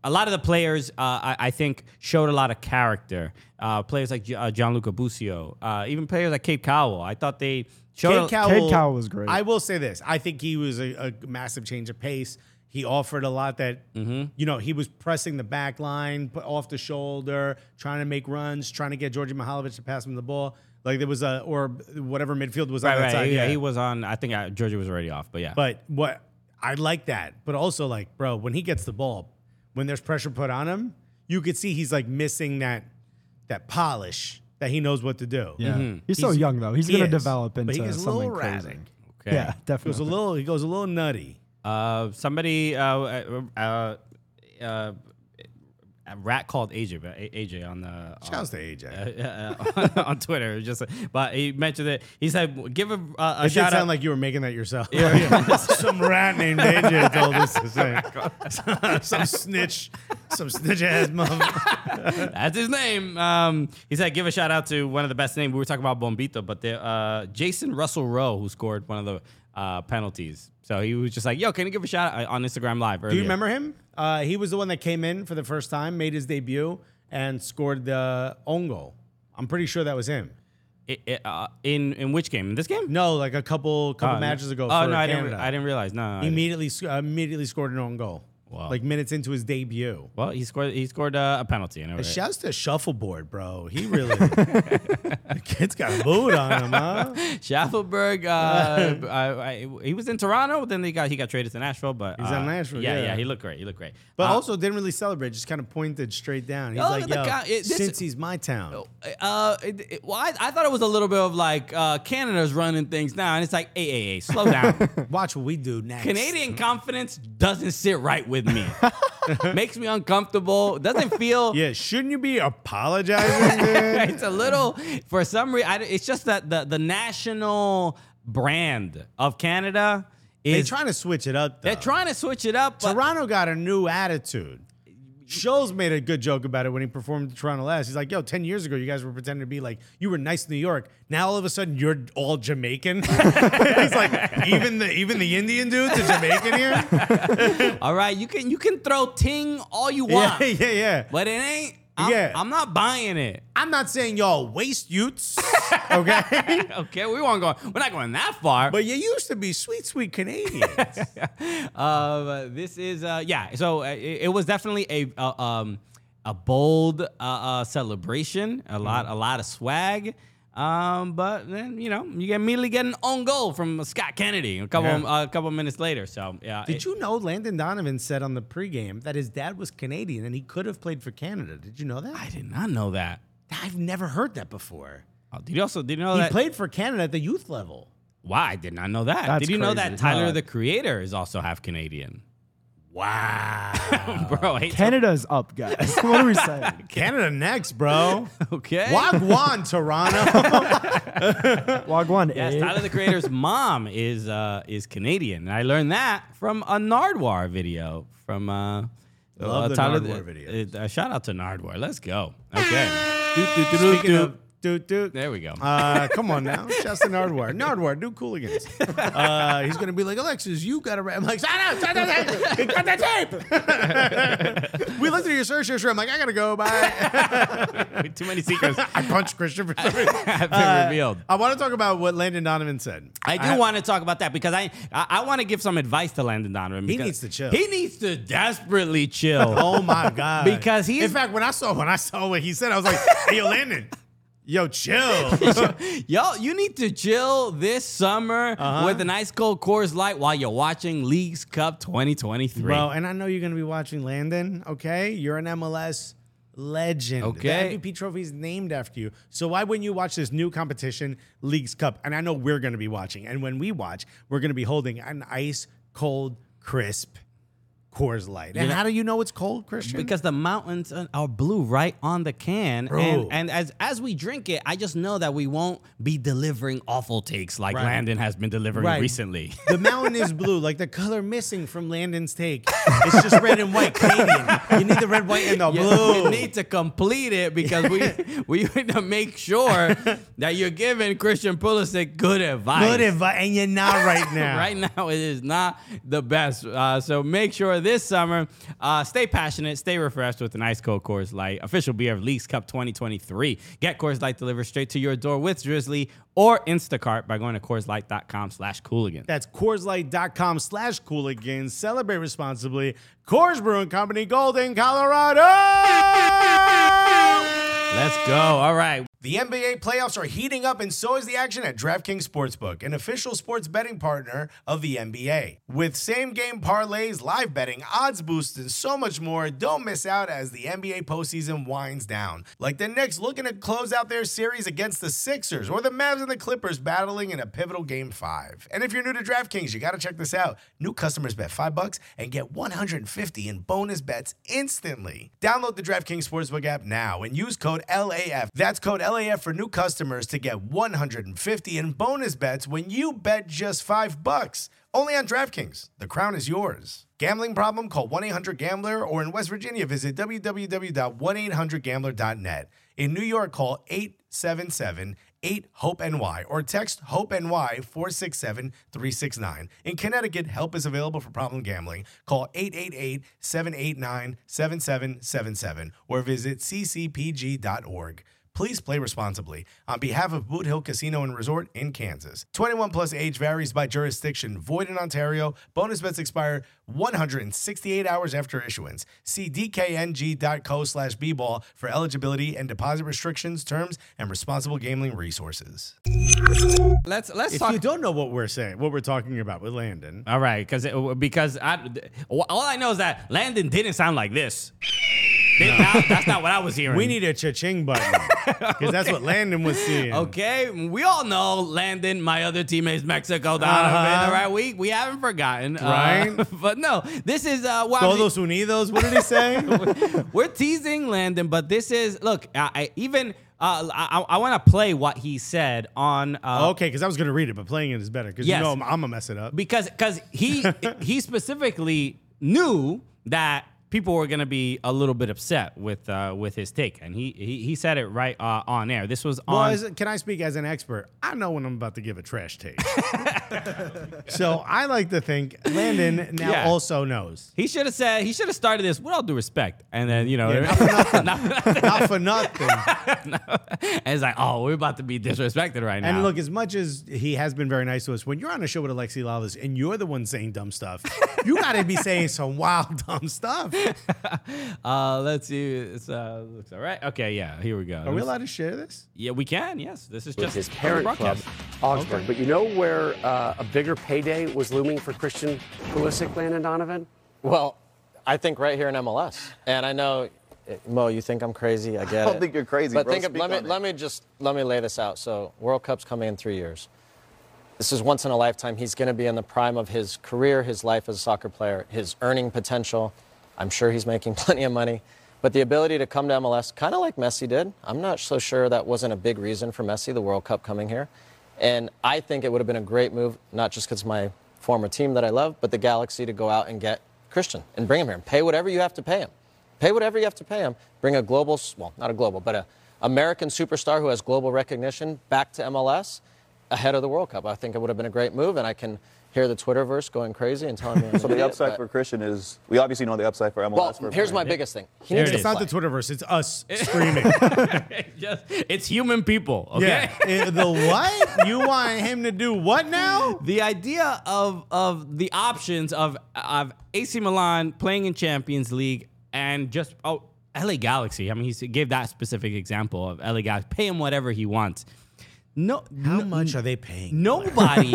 Speaker 4: a lot of the players, uh, I, I think, showed a lot of character. Uh, players like Gi- uh, Gianluca Busio, uh, even players like Kate Cowell. I thought they showed.
Speaker 3: Cade
Speaker 4: a-
Speaker 3: Cowell,
Speaker 6: Cade Cowell was great.
Speaker 3: I will say this: I think he was a, a massive change of pace. He offered a lot that
Speaker 6: Mm-hmm.
Speaker 3: you know he was pressing the back line, put off the shoulder, trying to make runs, trying to get Georgi Mihalovic to pass him the ball. Like there was a or whatever midfield was on
Speaker 4: right,
Speaker 3: that
Speaker 4: right,
Speaker 3: side.
Speaker 4: yeah, he was on. I think uh Georgia was already off, but yeah,
Speaker 3: But what I like that, but also like, bro, when he gets the ball, when there's pressure put on him, you could see he's like missing that that polish that he knows what to do. Mm-hmm.
Speaker 6: Yeah. He's so young though. He's
Speaker 3: he
Speaker 6: gonna
Speaker 3: is,
Speaker 6: develop into
Speaker 3: but he gets a little
Speaker 6: something
Speaker 3: erratic.
Speaker 6: crazy.
Speaker 4: Okay.
Speaker 6: Yeah,
Speaker 3: He goes a
Speaker 6: definitely.
Speaker 3: little. He goes a little nutty.
Speaker 4: Uh, somebody, uh, uh, uh, uh, a rat called AJ, but A- AJ on the
Speaker 3: Shout out to AJ.
Speaker 4: uh, on Twitter. It was just, but he mentioned it. He said, "Give a, uh, a
Speaker 3: It did
Speaker 4: shout
Speaker 3: sound
Speaker 4: out."
Speaker 3: like you were making that yourself. some rat named AJ told us to say. some snitch, some snitch ass motherfucker.
Speaker 4: That's his name. Um, he said, "Give a shout out to one of the best names." We were talking about Bombito, but the uh, Jason Russell Rowe, who scored one of the uh, penalties. So he was just like, "Yo, can you give a shout out uh, on Instagram Live?"
Speaker 3: Do you remember him? Uh, he was the one that came in for the first time, made his debut, and scored the own goal. I'm pretty sure that was him.
Speaker 4: I- I- uh, in in which game? In this game?
Speaker 3: No, like a couple couple
Speaker 4: Uh,
Speaker 3: matches ago.
Speaker 4: Oh
Speaker 3: for
Speaker 4: no, I didn't.
Speaker 3: Canada.
Speaker 4: I didn't realize. No, no, I
Speaker 3: He
Speaker 4: didn't.
Speaker 3: immediately sc- immediately scored an own goal.
Speaker 4: Wow.
Speaker 3: like minutes into his debut.
Speaker 4: Well, he scored. He scored uh, a penalty. In it,
Speaker 3: Shouts to Shuffleboard, bro. He really, the kid's got a mood on him, huh?
Speaker 4: Schaffelberg, uh, I, I, he was in Toronto. Then he got he got traded to Nashville. But
Speaker 3: He's
Speaker 4: uh,
Speaker 3: on Nashville,
Speaker 4: Yeah,
Speaker 3: yeah.
Speaker 4: he looked great. He looked great.
Speaker 3: But
Speaker 4: Uh,
Speaker 3: also didn't really celebrate, just kind of pointed straight down. He's
Speaker 4: Oh,
Speaker 3: like,
Speaker 4: the
Speaker 3: yo,
Speaker 4: guy- it- this-
Speaker 3: since he's my town.
Speaker 4: uh, it, it- well, I, I thought it was a little bit of like uh, Canada's running things now, and it's like, hey, hey, hey, slow down.
Speaker 3: Watch what we do next.
Speaker 4: Canadian confidence doesn't sit right with me. Makes me uncomfortable. Doesn't feel.
Speaker 3: Yeah, shouldn't you be apologizing, dude?
Speaker 4: it's a little for some reason. It's just that the the national brand of Canada
Speaker 3: They're
Speaker 4: is
Speaker 3: trying to switch it up, though.
Speaker 4: they're trying to switch it up. but-
Speaker 3: Toronto got a new attitude. Scholes made a good joke about it when he performed in Toronto last. He's like, yo, 10 years ago, you guys were pretending to be like, you were nice in New York. Now all of a sudden, you're all Jamaican. He's like, even the even the Indian dudes are Jamaican here?
Speaker 4: all right, you can you can throw ting all you
Speaker 3: yeah,
Speaker 4: want,
Speaker 3: yeah, yeah.
Speaker 4: but it ain't. I'm,
Speaker 3: Yeah.
Speaker 4: I'm not buying it.
Speaker 3: I'm not saying y'all waste youths, okay?
Speaker 4: Okay, we won't go. We're not going that far.
Speaker 3: But you used to be sweet, sweet Canadians.
Speaker 4: Uh, this is uh, yeah. So uh, it, it was definitely a uh, um, a bold uh, uh, celebration. A
Speaker 3: Mm-hmm.
Speaker 4: lot, a lot of swag. Um, but then you know you get immediately get an own goal from Scott Kennedy a couple
Speaker 3: Yeah.
Speaker 4: uh, a couple minutes later. So yeah,
Speaker 3: Did
Speaker 4: it-
Speaker 3: you know Landon Donovan said on the pregame that his dad was Canadian and he could have played for Canada? Did you know that?
Speaker 4: I did not know that.
Speaker 3: I've never heard that before.
Speaker 4: Oh, did you also did you know
Speaker 3: he
Speaker 4: that?
Speaker 3: played for Canada at the youth level.
Speaker 4: wow, I did not know that.
Speaker 6: That's
Speaker 4: did you know
Speaker 6: crazy.
Speaker 4: that Tyler
Speaker 6: Huh.
Speaker 4: the Creator is also half Canadian?
Speaker 3: Wow.
Speaker 4: Bro, hate
Speaker 6: Canada's up, guys. what are we saying?
Speaker 3: Canada next, bro.
Speaker 4: okay.
Speaker 3: Wagwan, Toronto.
Speaker 6: Wagwan,
Speaker 4: Yes,
Speaker 6: eh?
Speaker 4: Tyler the Creator's mom is uh, is Canadian, and I learned that from a Nardwar video from uh,
Speaker 3: Love
Speaker 4: uh,
Speaker 3: the
Speaker 4: Tyler
Speaker 3: Nardwar
Speaker 4: uh,
Speaker 3: videos.
Speaker 4: uh, shout out to Nardwar. Let's go. Okay. Doot, doot, doot, doot,
Speaker 3: Speaking
Speaker 4: doot.
Speaker 3: of dude, dude.
Speaker 4: There we go.
Speaker 3: Uh, come on now, Justin Nardwar. Nardwar, do Cooligans. Uh, he's gonna be like Alexis. You gotta. Ra-. I'm like, I know. Cut the tape. we looked at your search history. I'm like, I gotta go. Bye.
Speaker 4: Too many secrets
Speaker 3: I punched Christian for some reason.
Speaker 4: have been
Speaker 3: Uh,
Speaker 4: revealed.
Speaker 3: I want to talk about what Landon Donovan said.
Speaker 4: I do want to talk about that because I I, I want to give some advice to Landon Donovan.
Speaker 3: He
Speaker 4: because
Speaker 3: needs to chill.
Speaker 4: He needs to desperately chill.
Speaker 3: Oh my god!
Speaker 4: Because he
Speaker 3: in
Speaker 4: is-
Speaker 3: fact, when I saw when I saw what he said, I was like, "Hey, yo, Landon, yo, chill."
Speaker 4: Yo, you need to chill this summer
Speaker 3: Uh-huh.
Speaker 4: with an ice cold Coors Light while you're watching Leagues Cup 2023.
Speaker 3: Bro, and I know you're gonna be watching Landon. Okay, you're an MLS legend.
Speaker 4: Okay.
Speaker 3: the MVP trophy is named after you. So why wouldn't you watch this new competition, League's Cup? And I know we're gonna be watching. And when we watch, we're gonna be holding an ice cold, crisp Coors Light. And
Speaker 4: know-
Speaker 3: how do you know it's cold, Christian?
Speaker 4: because the mountains are blue right on the can
Speaker 3: Bro.
Speaker 4: and, and as as we drink it i just know that we won't be delivering awful takes like
Speaker 3: Right.
Speaker 4: landon has been delivering
Speaker 3: Right.
Speaker 4: recently
Speaker 3: The mountain is blue, like the color missing from Landon's take. It's just red and white, Canadian. You need the red, white, and the blue.
Speaker 4: you need to complete it because we we need to make sure that you're giving christian pulisic good advice
Speaker 3: Good advice, and you're not right now.
Speaker 4: Right now, it is not the best. Uh, so make sure this summer, uh, stay passionate, stay refreshed with an ice cold Coors Light, official beer of Leagues Cup 2023. Get Coors Light delivered straight to your door with Drizzly or Instacart by going to CoorsLight.com slash Cooligan.
Speaker 3: That's CoorsLight.com slash Cooligans. Celebrate responsibly. Coors Brewing Company, Golden, Colorado.
Speaker 4: Let's go. All right.
Speaker 3: The NBA playoffs are heating up, and so is the action at DraftKings Sportsbook, an official sports betting partner of the NBA. With same game parlays, live betting, odds boosts, and so much more, don't miss out as the NBA postseason winds down. Like the Knicks looking to close out their series against the Sixers, or the Mavs and the Clippers battling in a pivotal game five. And if you're new to DraftKings, you got to check this out. New customers bet five bucks and get 150 in bonus bets instantly. Download the DraftKings Sportsbook app now and use code LAF. That's code LAF for new customers to get 150 in bonus bets when you bet just five bucks. Only on DraftKings. The crown is yours. Gambling problem? Call 1 800 Gambler or in West Virginia, visit www.1800Gambler.net. In New York, call 877 8 Hope NY or text Hope NY 467 369. In Connecticut, help is available for problem gambling. Call 888 789 7777 or visit ccpg.org. Please play responsibly. On behalf of Boot Hill Casino and Resort in Kansas, 21 plus age varies by jurisdiction. Void in Ontario. Bonus bets expire 168 hours after issuance. See dkng.co slash bball for eligibility and deposit restrictions, terms, and responsible gambling resources.
Speaker 4: Let's let's
Speaker 3: If
Speaker 4: talk.
Speaker 3: you don't know what we're saying, what we're talking about with Landon,
Speaker 4: All right, because because I th- all I know is that Landon didn't sound like this. Did not- that's not what I was hearing.
Speaker 3: we need a cha-ching button because that's what Landon was seeing.
Speaker 4: Okay, we all know Landon, my other teammates, Mexico Donovan.
Speaker 3: Uh-huh.
Speaker 4: all right, we we haven't forgotten, uh,
Speaker 3: Right.
Speaker 4: but no, this is uh, why I'm-
Speaker 3: Todos unidos. What did he say?
Speaker 4: we're teasing Landon, but this is look. I, I even uh, I, I want to play what he said on uh,
Speaker 3: okay, because I was gonna read it, but playing it is better because
Speaker 4: Yes.
Speaker 3: you know I'm, I'm gonna mess it up.
Speaker 4: because because he he specifically knew that people were gonna be a little bit upset with uh, with his take, and he he, he said it right uh, on air. This was on.
Speaker 3: Well, as- can I speak as an expert? I know when I'm about to give a trash take. so I like to think Landon now
Speaker 4: Yeah.
Speaker 3: also knows.
Speaker 4: he should have said he should have started this with all due respect, and then you know,
Speaker 3: Yeah, not for nothing. not for nothing.
Speaker 4: and it's like, oh, we're about to be disrespected right now.
Speaker 3: And look, as much as he has been very nice to us, when you're on a show with Alexi Lalas and you're the one saying dumb stuff, you got to be saying some wild dumb stuff.
Speaker 4: uh, let's see, it's uh, looks all right. Okay, yeah, here we go.
Speaker 3: Are we allowed to share this?
Speaker 4: yeah, we can. Yes, this is
Speaker 7: with
Speaker 4: just
Speaker 7: his
Speaker 4: public
Speaker 7: parent club,
Speaker 4: broadcast.
Speaker 7: Augsburg. But you know where uh, a bigger payday was looming for Christian Pulisic, Landon Donovan?
Speaker 8: Well, I think right here in MLS, and I know, Mo, you think I'm crazy. I get it.
Speaker 9: don't think you're crazy,
Speaker 8: But
Speaker 9: bro.
Speaker 8: think of,
Speaker 9: Speak
Speaker 8: let me
Speaker 9: on it.
Speaker 8: let me just let me lay this out. So World Cup's coming in three years. This is once in a lifetime. He's going to be in the prime of his career, his life as a soccer player, his earning potential. I'm sure he's making plenty of money. But the ability to come to MLS, kind of like Messi did, I'm not so sure that wasn't a big reason for Messi, the World Cup coming here. And I think it would have been a great move, not just because my former team that I love, but the Galaxy to go out and get Christian and bring him here and pay whatever you have to pay him. Pay whatever you have to pay him. Bring a global, well, not a global, but a American superstar who has global recognition back to MLS ahead of the World Cup. I think it would have been a great move, and I can hear the Twitterverse going crazy and telling me. I'm
Speaker 9: So
Speaker 8: an
Speaker 9: the
Speaker 8: idiot,
Speaker 9: upside
Speaker 8: but-
Speaker 9: for Christian is we obviously know the upside for MLS.
Speaker 8: Well,
Speaker 9: for
Speaker 8: here's my
Speaker 9: Brian.
Speaker 8: biggest thing. He
Speaker 4: There it
Speaker 8: needs to
Speaker 4: is.
Speaker 3: It's not
Speaker 8: play.
Speaker 3: the Twitterverse. It's us screaming.
Speaker 4: Just, it's human people. Okay.
Speaker 3: Yeah. Eh, the what? You want him to do what now?
Speaker 4: The idea of of the options of of AC Milan playing in Champions League and just oh LA Galaxy. I mean, he gave that specific example of LA Galaxy. Pay him whatever he wants. No,
Speaker 3: How much are they paying?
Speaker 4: nobody.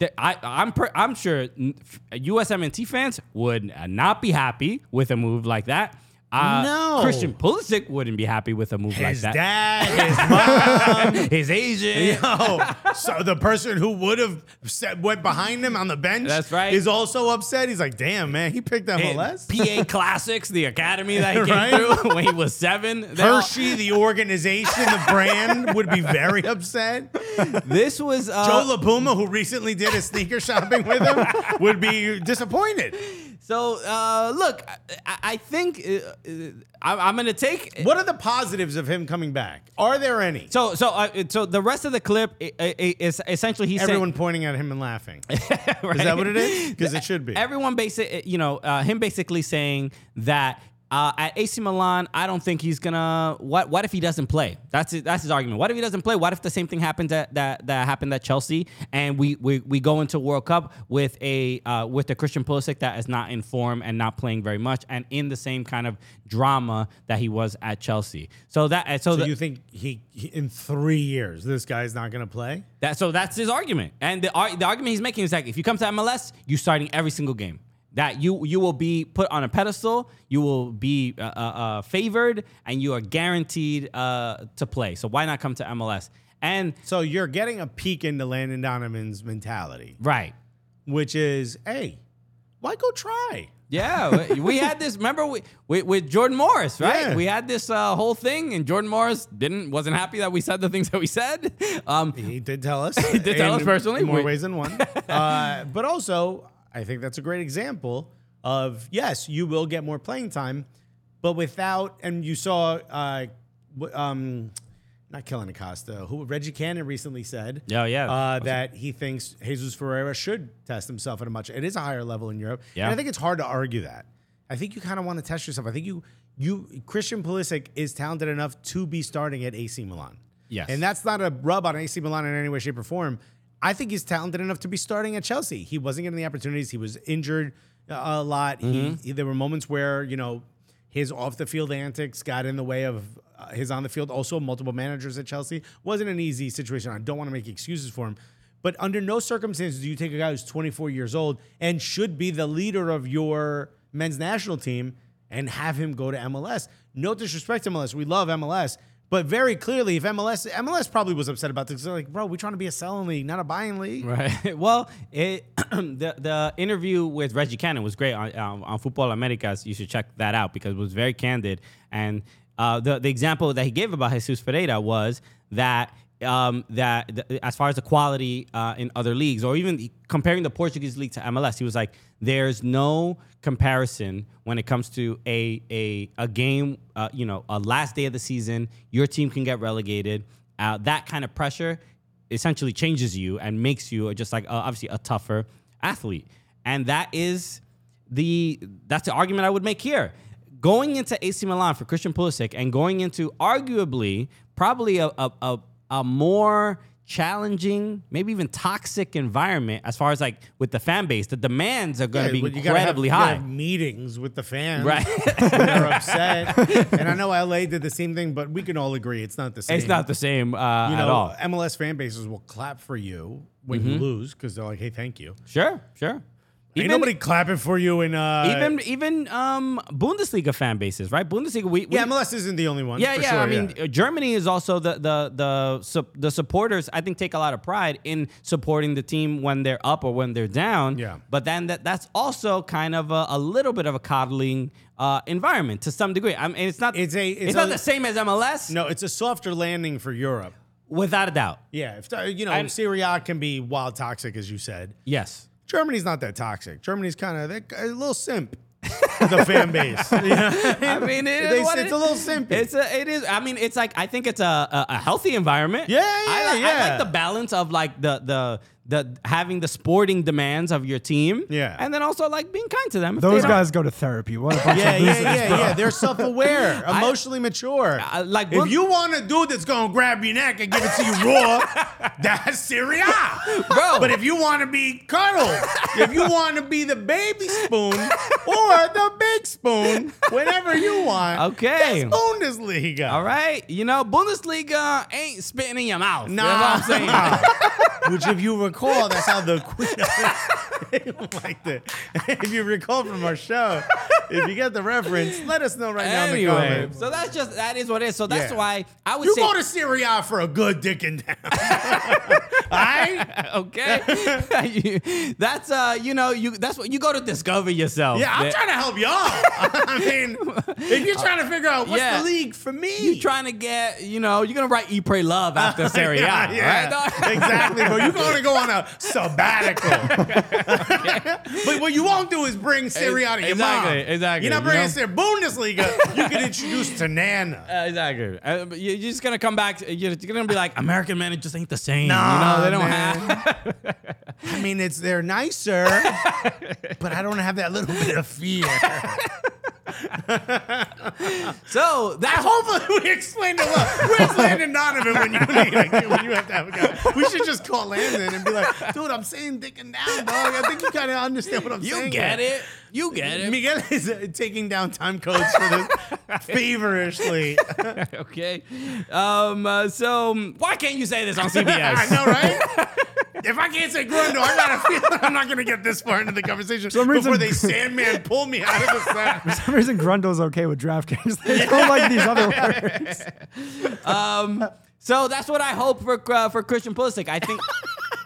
Speaker 4: that I, I'm per, I'm sure n- f- USMNT fans would uh, not be happy with a move like that. Uh,
Speaker 3: No.
Speaker 4: Christian Pulisic wouldn't be happy with a move like
Speaker 3: His
Speaker 4: that.
Speaker 3: dad, his mom,
Speaker 4: His Asian.
Speaker 3: Yo, so the person who would have set, went behind him on the bench
Speaker 4: That's right.
Speaker 3: is also upset. He's like, damn, man, he picked
Speaker 4: Hey,
Speaker 3: MLS.
Speaker 4: PA Classics, the academy that he came
Speaker 3: Right?
Speaker 4: through when he was seven. They all-
Speaker 3: Hershey, the organization, the brand, would be very upset.
Speaker 4: this was uh,
Speaker 3: Joe LaPuma, who recently did his sneaker shopping with him, would be disappointed.
Speaker 4: so. Uh, look, I, I- I think uh, uh, I'm, I'm gonna take
Speaker 3: What are the positives of him coming back? Are there any?
Speaker 4: So so uh, so the rest of the clip i- i- is essentially he's
Speaker 3: Everyone
Speaker 4: saying.
Speaker 3: pointing at him and laughing.
Speaker 4: Right?
Speaker 3: Is that what it is? Because it should be.
Speaker 4: Everyone basic, you know, uh, him basically saying that uh, at AC Milan, I don't think he's gonna. What What if he doesn't play? That's his, that's his argument. What if he doesn't play? What if the same thing happens that that, that happened at Chelsea, and we, we we go into World Cup with a uh, with a Christian Pulisic that is not in form and not playing very much, and in the same kind of drama that he was at Chelsea. So that and so,
Speaker 3: so
Speaker 4: the-
Speaker 3: you think he, he in three years this guy's not going to play?
Speaker 4: That so that's his argument, and the ar- the argument he's making is like if you come to MLS, you starting every single game. That you you will be put on a pedestal, you will be uh, uh, uh, favored, and you are guaranteed uh, to play. So why not come to MLS? And
Speaker 3: So you're getting a peek into Landon Donovan's mentality,
Speaker 4: right,
Speaker 3: which is, hey, why go try?
Speaker 4: yeah, we, we had this. Remember we, we with Jordan Morris, right?
Speaker 3: Yeah.
Speaker 4: We had this uh, whole thing, and Jordan Morris didn't wasn't happy that we said the things that we said. Um,
Speaker 3: He did tell us. he
Speaker 4: did tell us personally.
Speaker 3: more
Speaker 4: We-
Speaker 3: ways than one. Uh, but also, I think that's a great example of yes, you will get more playing time, but without. And you saw, uh, w- um, not Kellen Acosta, who Reggie Cannon recently said.
Speaker 4: Yeah, Oh, yeah.
Speaker 3: Uh, that he thinks Jesus Ferreira should test himself at a much. It is a higher level in Europe.
Speaker 4: Yeah.
Speaker 3: And I think it's hard to argue that. I think you kind of want to test yourself. I think you you Christian Pulisic is talented enough to be starting at AC Milan.
Speaker 4: Yes.
Speaker 3: and that's not a rub on AC Milan in any way, shape, or form. I think he's talented enough to be starting at Chelsea. He wasn't getting the opportunities. He was injured uh, a lot. He, he- there were moments where you know his off the field antics got in the way of uh, his on the field. Also, multiple managers at Chelsea wasn't an easy situation. I don't want to make excuses for him. But under no circumstances do you take a guy who's 24 years old and should be the leader of your men's national team and have him go to MLS. No disrespect to MLS. We love MLS. But very clearly, if MLS MLS probably was upset about this, 'cause they're like, bro, we're trying to be a selling league, not a buying league.
Speaker 4: Right. Well, it, the the interview with Reggie Cannon was great on um, on Football Americas. You should check that out because it was very candid. And uh, the the example that he gave about Jesus Ferreira was that um, that th- as far as the quality uh, in other leagues, or even comparing the Portuguese league to MLS, he was like, "There's no comparison when it comes to a a a game. Uh, you know, a last day of the season, your team can get relegated. Uh, that kind of pressure." essentially changes you and makes you just like uh, obviously a tougher athlete. And that is the that's the argument I would make here. Going into AC Milan for Christian Pulisic and going into arguably probably a a, a, a more challenging, maybe even toxic environment as far as like with the fan base. The demands are going to
Speaker 3: Well,
Speaker 4: be
Speaker 3: you gotta have-
Speaker 4: incredibly
Speaker 3: you gotta
Speaker 4: high.
Speaker 3: have meetings with the fans,
Speaker 4: Right.
Speaker 3: when they're upset, and I know LA did the same thing, but we can all agree it's not the same.
Speaker 4: It's not the same uh,
Speaker 3: you know,
Speaker 4: at all. Mm-hmm.
Speaker 3: MLS fan bases will clap for you when you lose because they're like, hey, thank you.
Speaker 4: Sure, sure.
Speaker 3: Ain't nobody clapping for you in uh,
Speaker 4: even even um, Bundesliga fan bases, right? Bundesliga, we, we
Speaker 3: yeah. MLS isn't the only one.
Speaker 4: Yeah,
Speaker 3: for
Speaker 4: yeah.
Speaker 3: sure,
Speaker 4: I mean, uh Germany is also the the the sup- the supporters. I think take a lot of pride in supporting the team when they're up or when they're down.
Speaker 3: Yeah.
Speaker 4: But then that that's also kind of a, a little bit of a coddling uh, environment to some degree. I mean, it's not
Speaker 3: It's a-
Speaker 4: it's,
Speaker 3: it's
Speaker 4: not
Speaker 3: a-
Speaker 4: the same as MLS
Speaker 3: no, it's a softer landing for Europe.
Speaker 4: without a doubt.
Speaker 3: Yeah, if uh, you know,
Speaker 4: And-
Speaker 3: Syria can be wild toxic, as you said.
Speaker 4: Yes.
Speaker 3: Germany's not that toxic. Germany's kind of a little simp. the fan base. Yeah.
Speaker 4: I mean, it is
Speaker 3: They-
Speaker 4: what
Speaker 3: it's
Speaker 4: it-
Speaker 3: a little simpy.
Speaker 4: It's a, it is. I mean, it's like I think it's a, a, a healthy environment.
Speaker 3: Yeah,
Speaker 4: I,
Speaker 3: yeah,
Speaker 4: li- I
Speaker 3: yeah.
Speaker 4: like the balance of like the the the having the sporting demands of your team.
Speaker 3: Yeah.
Speaker 4: and then also like being kind to them. if
Speaker 6: Those
Speaker 4: they don't-
Speaker 6: guys go to therapy. What a bunch
Speaker 3: Yeah,
Speaker 6: of
Speaker 3: yeah,
Speaker 6: losers.
Speaker 3: yeah, yeah. They're self-aware, emotionally mature.
Speaker 4: I- like
Speaker 3: if
Speaker 4: one-
Speaker 3: you want a dude that's gonna grab your neck and give it to you raw, that's Syria,
Speaker 4: Bro.
Speaker 3: But if you want to be cuddled, if you want to be the baby spoon or the big spoon, whenever you want,
Speaker 4: Okay.
Speaker 3: that's Bundesliga.
Speaker 4: All right, you know Bundesliga ain't spitting in your mouth. Nah, that's what I'm saying.
Speaker 3: Which, if you recall, that's how the Queen. like the, if you recall from our show, if you get the reference, let us know right now in the
Speaker 4: anyway,
Speaker 3: comments.
Speaker 4: so that's just that is what it is. So that's
Speaker 3: Yeah.
Speaker 4: why I would
Speaker 3: You
Speaker 4: say
Speaker 3: go to Syria for a good dicking down. All right?
Speaker 4: okay. You- that's uh, you know, you that's what you go to discover yourself.
Speaker 3: Yeah, I'm
Speaker 4: There-
Speaker 3: trying to help y'all. I mean, if you're trying to figure out what's
Speaker 4: yeah.
Speaker 3: the league for me,
Speaker 4: You're trying to get, you know, you're gonna write E Pray Love after Serie A,
Speaker 3: Yeah, yeah.
Speaker 4: right? dog?
Speaker 3: exactly. But you're going to go on a sabbatical. but what you won't do is bring Syria out of your
Speaker 4: Exactly,
Speaker 3: mom.
Speaker 4: exactly,
Speaker 3: You're not
Speaker 4: you
Speaker 3: bringing
Speaker 4: know?
Speaker 3: Syria Bundesliga. You can introduce to Nana.
Speaker 4: Uh, exactly. Uh, but you're just gonna come back. uh, You're you're gonna be like, American men, it just ain't the same.
Speaker 3: Nah,
Speaker 4: you know, they don't
Speaker 3: man.
Speaker 4: have.
Speaker 3: I mean, it's they're nicer, but I don't have that little bit of fear.
Speaker 4: So
Speaker 3: I
Speaker 4: that's
Speaker 3: hopefully we explained it well. Where's Landon Donovan when you need a, when you have to have a guy? We should just call Landon and be like, dude, I'm saying dick and down, dog. I think you kind of understand what I'm
Speaker 4: you
Speaker 3: saying.
Speaker 4: get
Speaker 3: here."
Speaker 4: it. You get it.
Speaker 3: Miguel is uh, taking down time codes for this feverishly.
Speaker 4: Okay. Um. uh, so um, why can't you say this on CBS?
Speaker 3: I know, right? If I can't say Grundo, I got a feeling I'm not going to get this far into the conversation
Speaker 6: some reason-
Speaker 3: before they Sandman pull me out of the sand.
Speaker 6: For some reason, Grundle's okay with DraftKings. They don't like these other words.
Speaker 4: So that's what I hope for uh, for Christian Pulisic. I think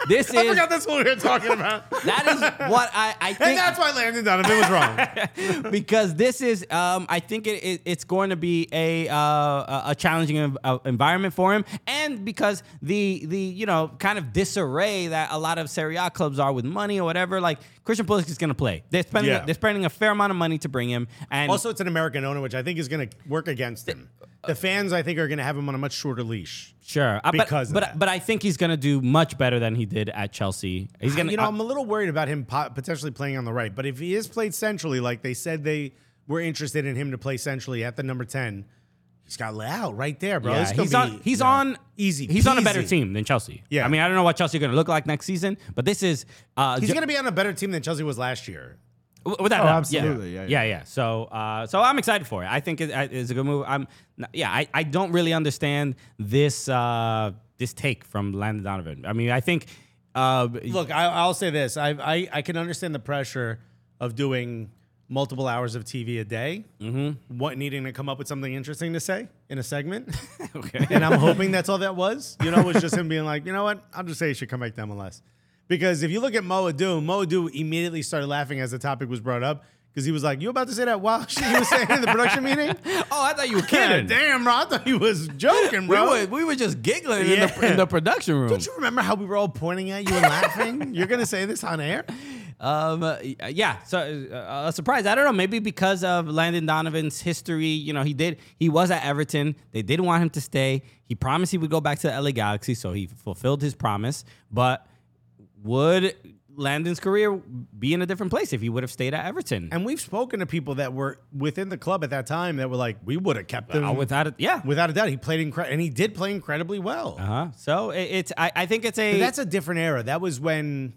Speaker 4: this
Speaker 3: I
Speaker 4: is
Speaker 3: forgot that's what we were talking about.
Speaker 4: that is what I I
Speaker 3: And
Speaker 4: think.
Speaker 3: that's why Landon Donovan was wrong.
Speaker 4: because this is um, I think it, it, it's going to be a uh, a- a challenging env- uh, environment for him, and because the the you know kind of disarray that a lot of Serie A clubs are with money or whatever, like Christian Pulisic is going to play. They're spending
Speaker 3: Yeah.
Speaker 4: they're spending a fair amount of money to bring him, and
Speaker 3: Also, it's an American owner, which I think is going to work against him. The fans, I think, are going to have him on a much shorter leash.
Speaker 4: sure, Uh, but-
Speaker 3: because of
Speaker 4: but
Speaker 3: that.
Speaker 4: but I think he's going to do much better than he did at Chelsea.
Speaker 3: Ah,
Speaker 4: He's uh, going to
Speaker 3: You know, I'm a little worried about him po- potentially playing on the right, but if he is played centrally, like they said they we're interested in him to play centrally at the number 10. He's got Leao right there, bro.
Speaker 4: Yeah,
Speaker 3: This could
Speaker 4: he's
Speaker 3: be-
Speaker 4: on. He's
Speaker 3: yeah.
Speaker 4: on
Speaker 3: easy.
Speaker 4: He's on a better
Speaker 3: peasy.
Speaker 4: team than Chelsea.
Speaker 3: Yeah.
Speaker 4: I mean, I don't know what Chelsea are going to look like next season, but this is. Uh,
Speaker 3: He's
Speaker 4: ju-
Speaker 3: going to be on a better team than Chelsea was last year.
Speaker 4: w- without
Speaker 6: Oh,
Speaker 4: a doubt.
Speaker 6: absolutely.
Speaker 4: Yeah.
Speaker 6: Yeah,
Speaker 4: yeah,
Speaker 6: yeah.
Speaker 4: yeah. So, uh, so I'm excited for it. I think it, it- it's a good move. I'm. n- Yeah, I, I don't really understand this uh, this take from Landon Donovan. I mean, I think. Uh,
Speaker 3: Look, I, I'll say this: I, I I can understand the pressure of doing multiple hours of TV a day, mm-hmm. what needing to come up with something interesting to say in a segment.
Speaker 4: Okay.
Speaker 3: and I'm hoping that's all that was. You know, it was just him being like, you know what? I'll just say you should come back to MLS because if you look at Moa Doom, Moa Doom immediately started laughing as the topic was brought up. Because he was like, "You about to say that while she he was saying in the production meeting?"
Speaker 4: oh, I thought you were kidding.
Speaker 3: Damn, bro! I thought he was joking,
Speaker 4: we
Speaker 3: bro.
Speaker 4: were we were just giggling in, the,
Speaker 3: Yeah.
Speaker 4: in the production room.
Speaker 3: Don't you remember how we were all pointing at you and laughing? You're gonna say this on air?
Speaker 4: Um, uh, yeah, so uh, a surprise. I don't know. Maybe because of Landon Donovan's history, you know, he did. He was at Everton. They didn't want him to stay. He promised he would go back to the LA Galaxy, so he fulfilled his promise. But would Landon's career be in a different place if he would have stayed at Everton?
Speaker 3: And we've spoken to people that were within the club at that time that were like, we would have kept him
Speaker 4: Uh, without it, yeah.
Speaker 3: without a doubt. He played incre- and he did play incredibly well.
Speaker 4: uh-huh. So it, it's. I, I think it's a.
Speaker 3: But that's a different era. That was when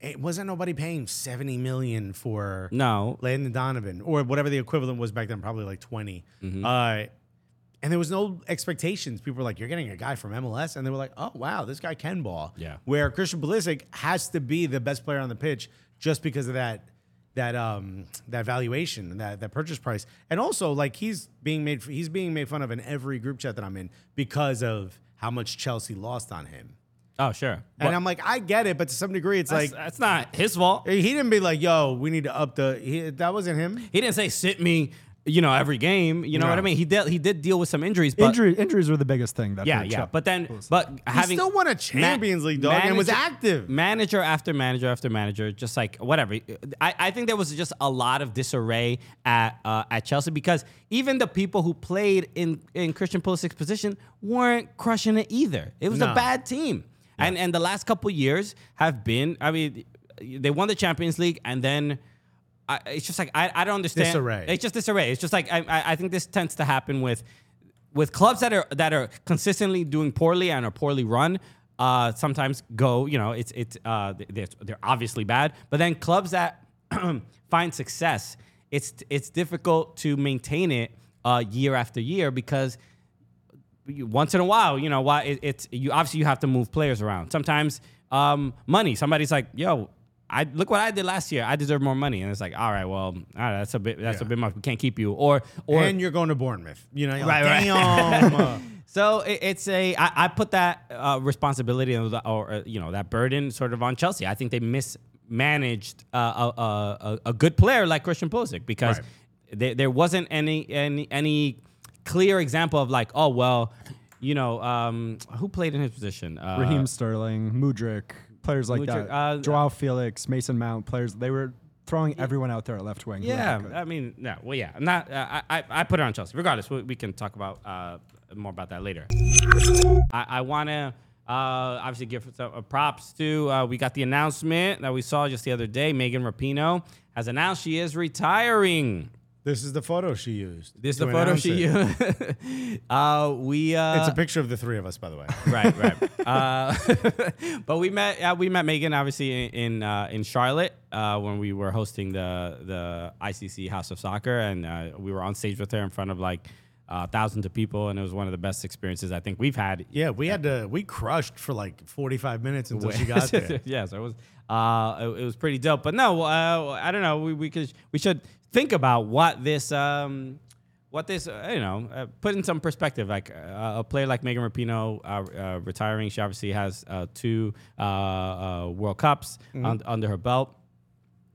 Speaker 3: it wasn't nobody paying seventy million for
Speaker 4: no.
Speaker 3: Landon Donovan or whatever the equivalent was back then, probably like 20
Speaker 4: Mm-hmm.
Speaker 3: Uh, and there was no expectations. People were like, "You're getting a guy from MLS," and they were like, "Oh wow, this guy can ball."
Speaker 4: Yeah.
Speaker 3: Where Christian Pulisic has to be the best player on the pitch just because of that that um that valuation that that purchase price, and also like he's being made he's being made fun of in every group chat that I'm in because of how much Chelsea lost on him.
Speaker 4: Oh sure.
Speaker 3: And I'm like, I get it, but to some degree, it's
Speaker 4: That's,
Speaker 3: like
Speaker 4: that's not his fault.
Speaker 3: he didn't be like, "Yo, we need to up the." He, that wasn't him.
Speaker 4: He didn't say sit me. You know, every game. You know what I
Speaker 3: No.
Speaker 4: mean. He did. He did deal with some injuries. But
Speaker 6: Injury, injuries were the biggest thing. That
Speaker 4: Yeah,
Speaker 6: hurt
Speaker 4: yeah.
Speaker 6: Chelsea.
Speaker 4: But then, but having
Speaker 3: still won a
Speaker 4: Ma-
Speaker 3: Champions League, dog, and was active.
Speaker 4: Manager after manager after manager, just like whatever. I, I think there was just a lot of disarray at uh, at Chelsea because even the people who played in in Christian Pulisic's position weren't crushing it either. It was a
Speaker 3: No.
Speaker 4: bad team, and and the last couple years have been. I mean, they won the Champions League, and then. I, it's just like I, I don't understand
Speaker 3: Disarray.
Speaker 4: It's just disarray. It's just like I, I I think this tends to happen with with clubs that are that are consistently doing poorly and are poorly run. Uh, sometimes go you know it's it's uh, they're, they're obviously bad, but then clubs that find success, it's it's difficult to maintain it uh, year after year because you- once in a while, you know, why it, it's you obviously you have to move players around. Sometimes um, money. Somebody's like, yo, I look what I did last year. I deserve more money, and it's like, all right, well, all right, that's a bit that's a bit much. We can't keep you, or or
Speaker 3: and you're going to Bournemouth. You know, you're
Speaker 4: Right,
Speaker 3: like,
Speaker 4: right.
Speaker 3: damn. uh,
Speaker 4: so it, it's a I, I put that uh, responsibility or, the- or uh, you know that burden sort of on Chelsea. I think they mismanaged uh, a, a, a, a good player like Christian Pulisic because
Speaker 3: Right.
Speaker 4: there, there wasn't any any any clear example of like oh well you know um, who played in his position uh,
Speaker 6: Raheem Sterling, Mudrik, players like
Speaker 4: Mudryk,
Speaker 6: that.
Speaker 4: uh,
Speaker 6: Joao Felix, Mason Mount, players. They were throwing everyone out there at left wing. who
Speaker 4: Yeah,
Speaker 6: they could.
Speaker 4: I mean, no, well, yeah, I'm not. Uh, I, I I put it on Chelsea. Regardless, we, we can talk about uh, more about that later. I, I want to uh, obviously give some uh, props to. Uh, we got the announcement that we saw just the other day. Megan Rapinoe has announced she is retiring.
Speaker 3: this is the photo she used.
Speaker 4: This is
Speaker 3: to
Speaker 4: the photo
Speaker 3: announce
Speaker 4: she
Speaker 3: it.
Speaker 4: used. uh, we uh,
Speaker 3: It's a picture of the three of us, by the way.
Speaker 4: right, right. Uh, but we met uh, we met Megan obviously in in, uh, in Charlotte uh, when we were hosting the the ICC House of Soccer, and uh, we were on stage with her in front of like uh, thousands of people, and it was one of the best experiences I think we've had.
Speaker 3: Yeah, we had to. We crushed for like 45 minutes until she got there.
Speaker 4: yeah, so it was uh, it, it was pretty dope. But no, uh, I don't know. We we could we should think about what this. Um, what this, uh, you know, uh, put in some perspective, like uh, a player like Megan Rapinoe uh, uh, retiring, she obviously has uh, two uh, uh, World Cups
Speaker 3: Mm-hmm.
Speaker 4: un- under her belt.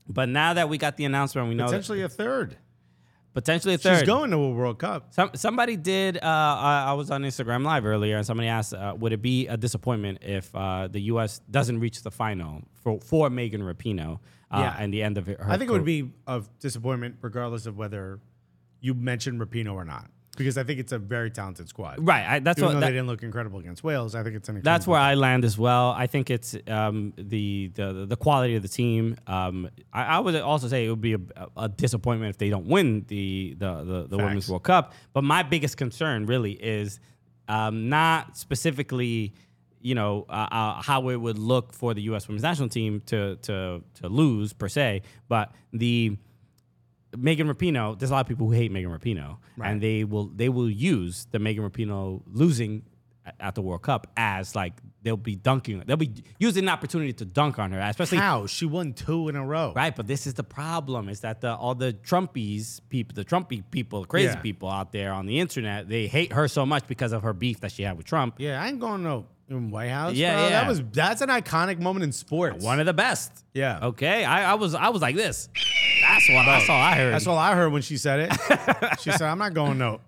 Speaker 4: But now that we got the announcement, we know that-
Speaker 3: Potentially a third.
Speaker 4: potentially a third.
Speaker 3: She's going to a World Cup.
Speaker 4: Some, somebody did. Uh, I, I was on Instagram Live earlier, and somebody asked, uh, "Would it be a disappointment if uh, the U.S. doesn't reach the final for for Megan Rapinoe uh,
Speaker 3: Yeah.
Speaker 4: and the end of her?"
Speaker 3: I think it would be of disappointment, regardless of whether you mentioned Rapino or not. because I think it's a very talented squad.
Speaker 4: Right, I- that's
Speaker 3: Even
Speaker 4: what-
Speaker 3: though
Speaker 4: that-
Speaker 3: they didn't look incredible against Wales. I think it's an.
Speaker 4: That's
Speaker 3: incredible-
Speaker 4: where I land as well. I think it's um, the, the the quality of the team. Um, I, I would also say it would be a, a disappointment if they don't win the the, the, the Women's
Speaker 3: Facts.
Speaker 4: World Cup. But my biggest concern really is um, not specifically, you know, uh, uh, how it would look for the U.S. Women's National Team to to to lose per se, but the Megan Rapinoe, there's a lot of people who hate Megan Rapinoe, and they will they will use the Megan Rapinoe losing a- at the World Cup as like they'll be dunking, they'll be using an opportunity to dunk on her, especially
Speaker 3: how she won two in a row.
Speaker 4: right. But this is the problem: is that the all the Trumpies people, the Trumpy people, crazy
Speaker 3: Yeah.
Speaker 4: people out there on the internet, they hate her so much because of her beef that she had with Trump.
Speaker 3: Yeah, I ain't going no White House.
Speaker 4: Yeah,
Speaker 3: bro.
Speaker 4: yeah.
Speaker 3: That was that's an iconic moment in sports.
Speaker 4: One of the best.
Speaker 3: Yeah.
Speaker 4: Okay. I, I was I was like this. That's what that's all I heard.
Speaker 3: That's all I heard when she said it. she said, "I'm not going no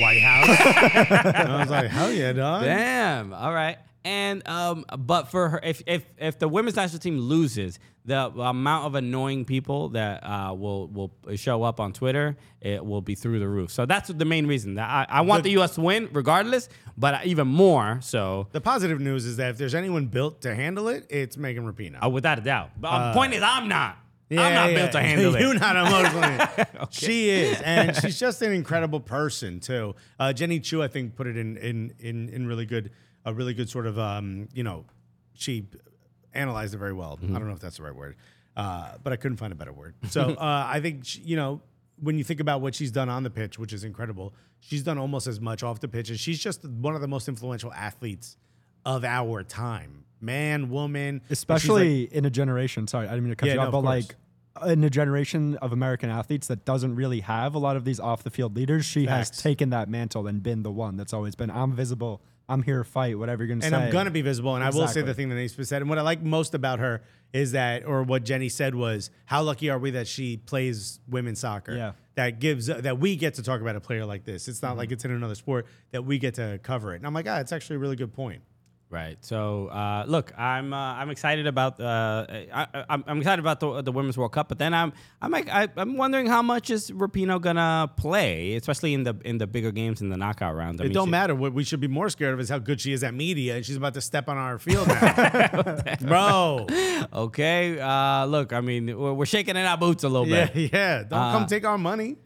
Speaker 3: White House." and I was like, "Hell yeah, dog."
Speaker 4: Damn. All right. And um, but for her, if if if the women's national team loses, the amount of annoying people that uh, will will show up on Twitter, it will be through the roof. So that's the main reason that I, I want the, U.S. to win, regardless, but even more so,
Speaker 3: The positive news is that if there's anyone built to handle it, it's Megan Rapinoe.
Speaker 4: uh, without a doubt. But the point is, I'm not. I'm not built to handle it.
Speaker 3: You're not emotionally. She is, and she's just an incredible person too. Uh, Jenny Chu, I think, put it in in in in really good, a really good sort of um, you know, she analyzed it very well.
Speaker 4: Mm-hmm.
Speaker 3: I don't know if that's the right word, uh, but I couldn't find a better word. So uh, I think she, you know. When you think about what she's done on the pitch, which is incredible, she's done almost as much off the pitch, and she's just one of the most influential athletes of our time, man, woman, And she's like-
Speaker 6: especially in a generation. Sorry, I didn't mean to cut
Speaker 3: Yeah,
Speaker 6: you
Speaker 3: no,
Speaker 6: off,
Speaker 3: of
Speaker 6: but
Speaker 3: course.
Speaker 6: like in a generation of American athletes that doesn't really have a lot of these off the field leaders, she
Speaker 3: Facts.
Speaker 6: has taken that mantle and been the one that's always been. I'm visible. I'm here to fight. Whatever you're gonna
Speaker 3: and
Speaker 6: say.
Speaker 3: I'm gonna be visible. And I will say the
Speaker 6: Exactly.
Speaker 3: thing that Naismith said, and what I like most about her is that, or what Jenny said was, how lucky are we that she plays women's soccer?
Speaker 6: Yeah.
Speaker 3: that gives that we get to talk about a player like this. It's not
Speaker 6: Mm-hmm.
Speaker 3: like it's in another sport that we get to cover it. And I'm like, ah, it's actually a really good point.
Speaker 4: Right. So, uh, look, I'm uh, I'm excited about uh, I, I- I'm, I'm excited about the, the women's World Cup, but then I'm I'm like I, I'm wondering how much is Rapinoe gonna play, especially in the in the bigger games in the knockout round. I
Speaker 3: It
Speaker 4: mean,
Speaker 3: don't
Speaker 4: she-
Speaker 3: matter. What we should be more scared of is how good she is at media, and she's about to step on our field now, bro.
Speaker 4: Okay. Uh, look, I mean, we're, we're shaking in our boots a little
Speaker 3: Yeah,
Speaker 4: bit.
Speaker 3: yeah. Don't come take our money.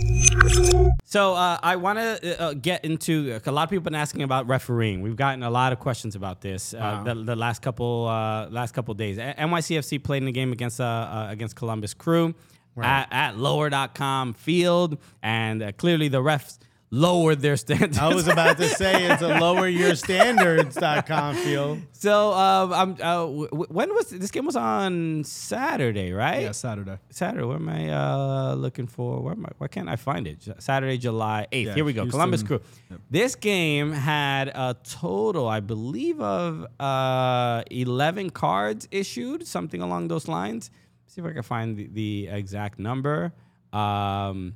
Speaker 4: So uh, I want to uh, get into a lot of people been asking about refereeing. We've gotten a lot of questions about this uh, the, the last couple uh, last couple days. A- NYCFC played in the game against uh, uh, against Columbus Crew at, at lower.com field, and uh, clearly the refs lowered their standards.
Speaker 3: I was about to say it's a loweryourstandards.com field.
Speaker 4: so um, I'm, uh, w- w- when was this game was on Saturday, right?
Speaker 6: yeah, Saturday.
Speaker 4: Saturday. Where am I uh, looking for? Where am I? Why can't I find it? Ju- Saturday, July eighth.
Speaker 6: Yeah,
Speaker 4: Here we go.
Speaker 6: Houston.
Speaker 4: Columbus Crew. This game had a total, I believe, of uh, eleven cards issued, something along those lines. see if I can find the, the exact number. Um,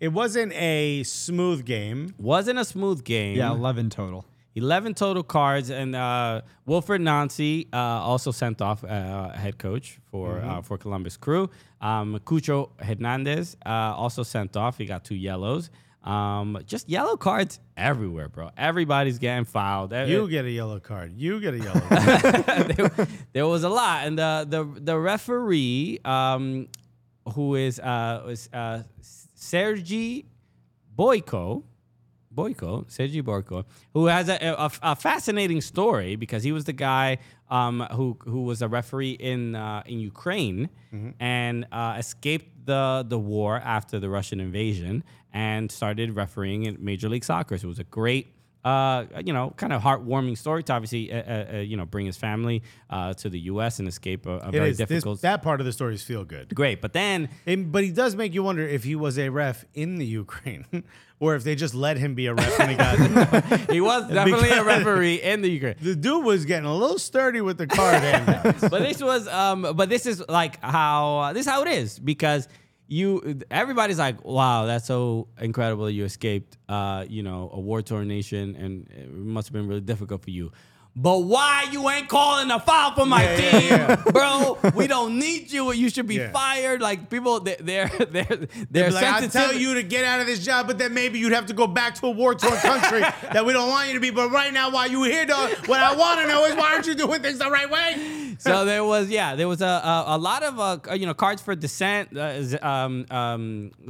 Speaker 3: It wasn't a smooth game.
Speaker 4: wasn't a smooth game.
Speaker 6: Yeah, eleven total.
Speaker 4: 11 total cards and uh, Wilfred Nancy uh, also sent off uh, head coach for uh, for Columbus Crew. Um, Cucho Hernandez uh, also sent off. He got two yellows. Um, just yellow cards everywhere, bro. Everybody's getting fouled. Eh,
Speaker 3: You get a yellow card. You get a yellow card.
Speaker 4: there was a lot, and the the the referee, um, who is uh, is uh, Sergi Boyko, Boyko, Sergi Boyko, who has a, a, a fascinating story because he was the guy um, who who was a referee in uh, in Ukraine
Speaker 3: Mm-hmm.
Speaker 4: and uh, escaped the the war after the Russian invasion and started refereeing in Major League Soccer. So it was a great uh, you know, kind of heartwarming story to obviously, uh, uh, uh, you know, bring his family uh, to the U.S. and escape a, a
Speaker 3: It
Speaker 4: very
Speaker 3: is. This-
Speaker 4: difficult.
Speaker 3: that part of the story is feel good.
Speaker 4: great, but then
Speaker 3: And- but he does make you wonder if he was a ref in the Ukraine or if they just let him be a ref when he got.
Speaker 4: he was definitely a referee in the Ukraine.
Speaker 3: the dude was getting a little sturdy with the card handouts.
Speaker 4: But this was, um, but this is like how this is how it is because you everybody's like, wow, that's so incredible. You escaped, uh, you know, a war torn nation, and it must have been really difficult for you. But why you ain't calling a foul for my
Speaker 3: Yeah, yeah,
Speaker 4: team, bro? We don't need you. You should be
Speaker 3: Yeah.
Speaker 4: fired. Like people, they- they're they're they're,
Speaker 3: Be
Speaker 4: they're
Speaker 3: Like, I'll tell you to get out of this job, but then maybe you'd have to go back to a war-torn country that we don't want you to be. But right now, while you here, dog, what I want to know is why aren't you doing things the right way?
Speaker 4: so there was yeah there was a a, a lot of uh, you know cards for dissent. Uh, is, um, um,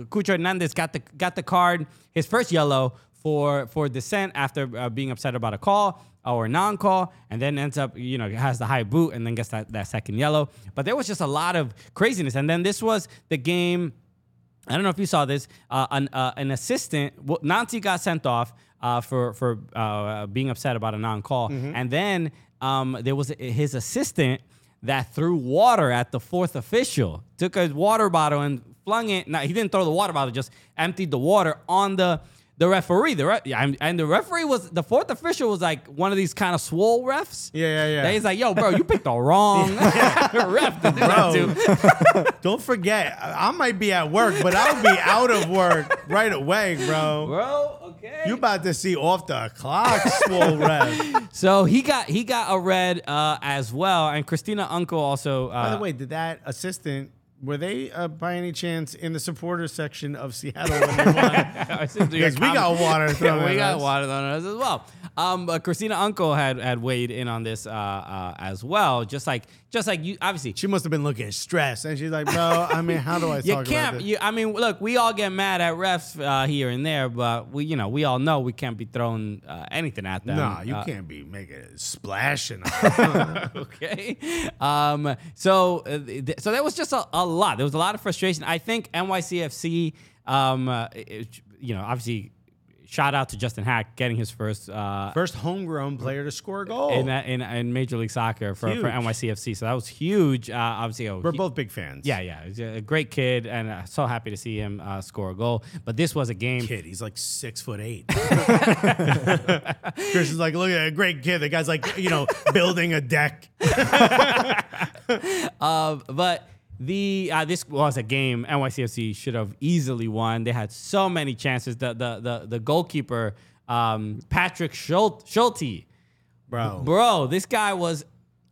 Speaker 4: Cucho Hernandez got the got the card his first yellow for for dissent after uh, being upset about a call or non-call, and then ends up you know has the high boot and then gets that, that second yellow. But there was just a lot of craziness, and then this was the game. I don't know if you saw this. Uh, an, uh, an assistant, well, Nancy got sent off uh, for for uh, being upset about a non-call,
Speaker 3: Mm-hmm.
Speaker 4: and then um, there was his assistant that threw water at the fourth official. Took a water bottle and flung it. No, he didn't throw the water bottle; just emptied the water on the the referee. The re- yeah, and- and the referee was the fourth official was like one of these kind of swole refs.
Speaker 3: Yeah, yeah, yeah.
Speaker 4: That He's like, "Yo, bro, you picked the wrong ref to do that
Speaker 3: Bro.
Speaker 4: to."
Speaker 3: Don't forget, I I might be at work, but I'll be out of work right away, bro.
Speaker 4: Bro, okay.
Speaker 3: You about to see off the clock, swole red.
Speaker 4: So he got he got a red uh, as well, and Christina Uncle also. Uh,
Speaker 3: By the way, did that assistant? Were they uh, by any chance in the supporters section of Seattle when they won? Because we got water thrown
Speaker 4: we
Speaker 3: at
Speaker 4: got
Speaker 3: us.
Speaker 4: water thrown at us as well. Um, but Christina Uncle had had weighed in on this uh, uh, as well, just like just like you obviously.
Speaker 3: She must have been looking stressed, and she's like, "Bro, I mean, how do I talk
Speaker 4: You
Speaker 3: about
Speaker 4: can't.
Speaker 3: this?"
Speaker 4: You, I mean, look, we all get mad at refs uh, here and there, but we, you know, we all know we can't be throwing uh, anything at them.
Speaker 3: Nah, you
Speaker 4: Uh,
Speaker 3: can't be making a splash and a-
Speaker 4: okay. Um, so, uh, th- so that was just a, a lot. There was a lot of frustration. I think NYCFC, um, uh, it- you know, obviously, shout out to Justin Hack getting his first uh,
Speaker 3: first homegrown player to score a goal.
Speaker 4: in, in in Major League Soccer for,
Speaker 3: Oh. Huge.
Speaker 4: for NYCFC. So that was huge. Uh, obviously, oh,
Speaker 3: We're
Speaker 4: he-
Speaker 3: both big fans.
Speaker 4: Yeah, yeah, he's a great kid, and uh, so happy to see him uh, score a goal. But this was a game.
Speaker 3: Kid, he's like six foot eight. Christian's like, look at that great kid. The guy's like, you know, building a deck.
Speaker 4: but the uh, this was a game NYCFC should have easily won. They had so many chances. The the the, the goalkeeper um, Patrick Schult- Schulte,
Speaker 3: Bro.
Speaker 4: bro, this guy was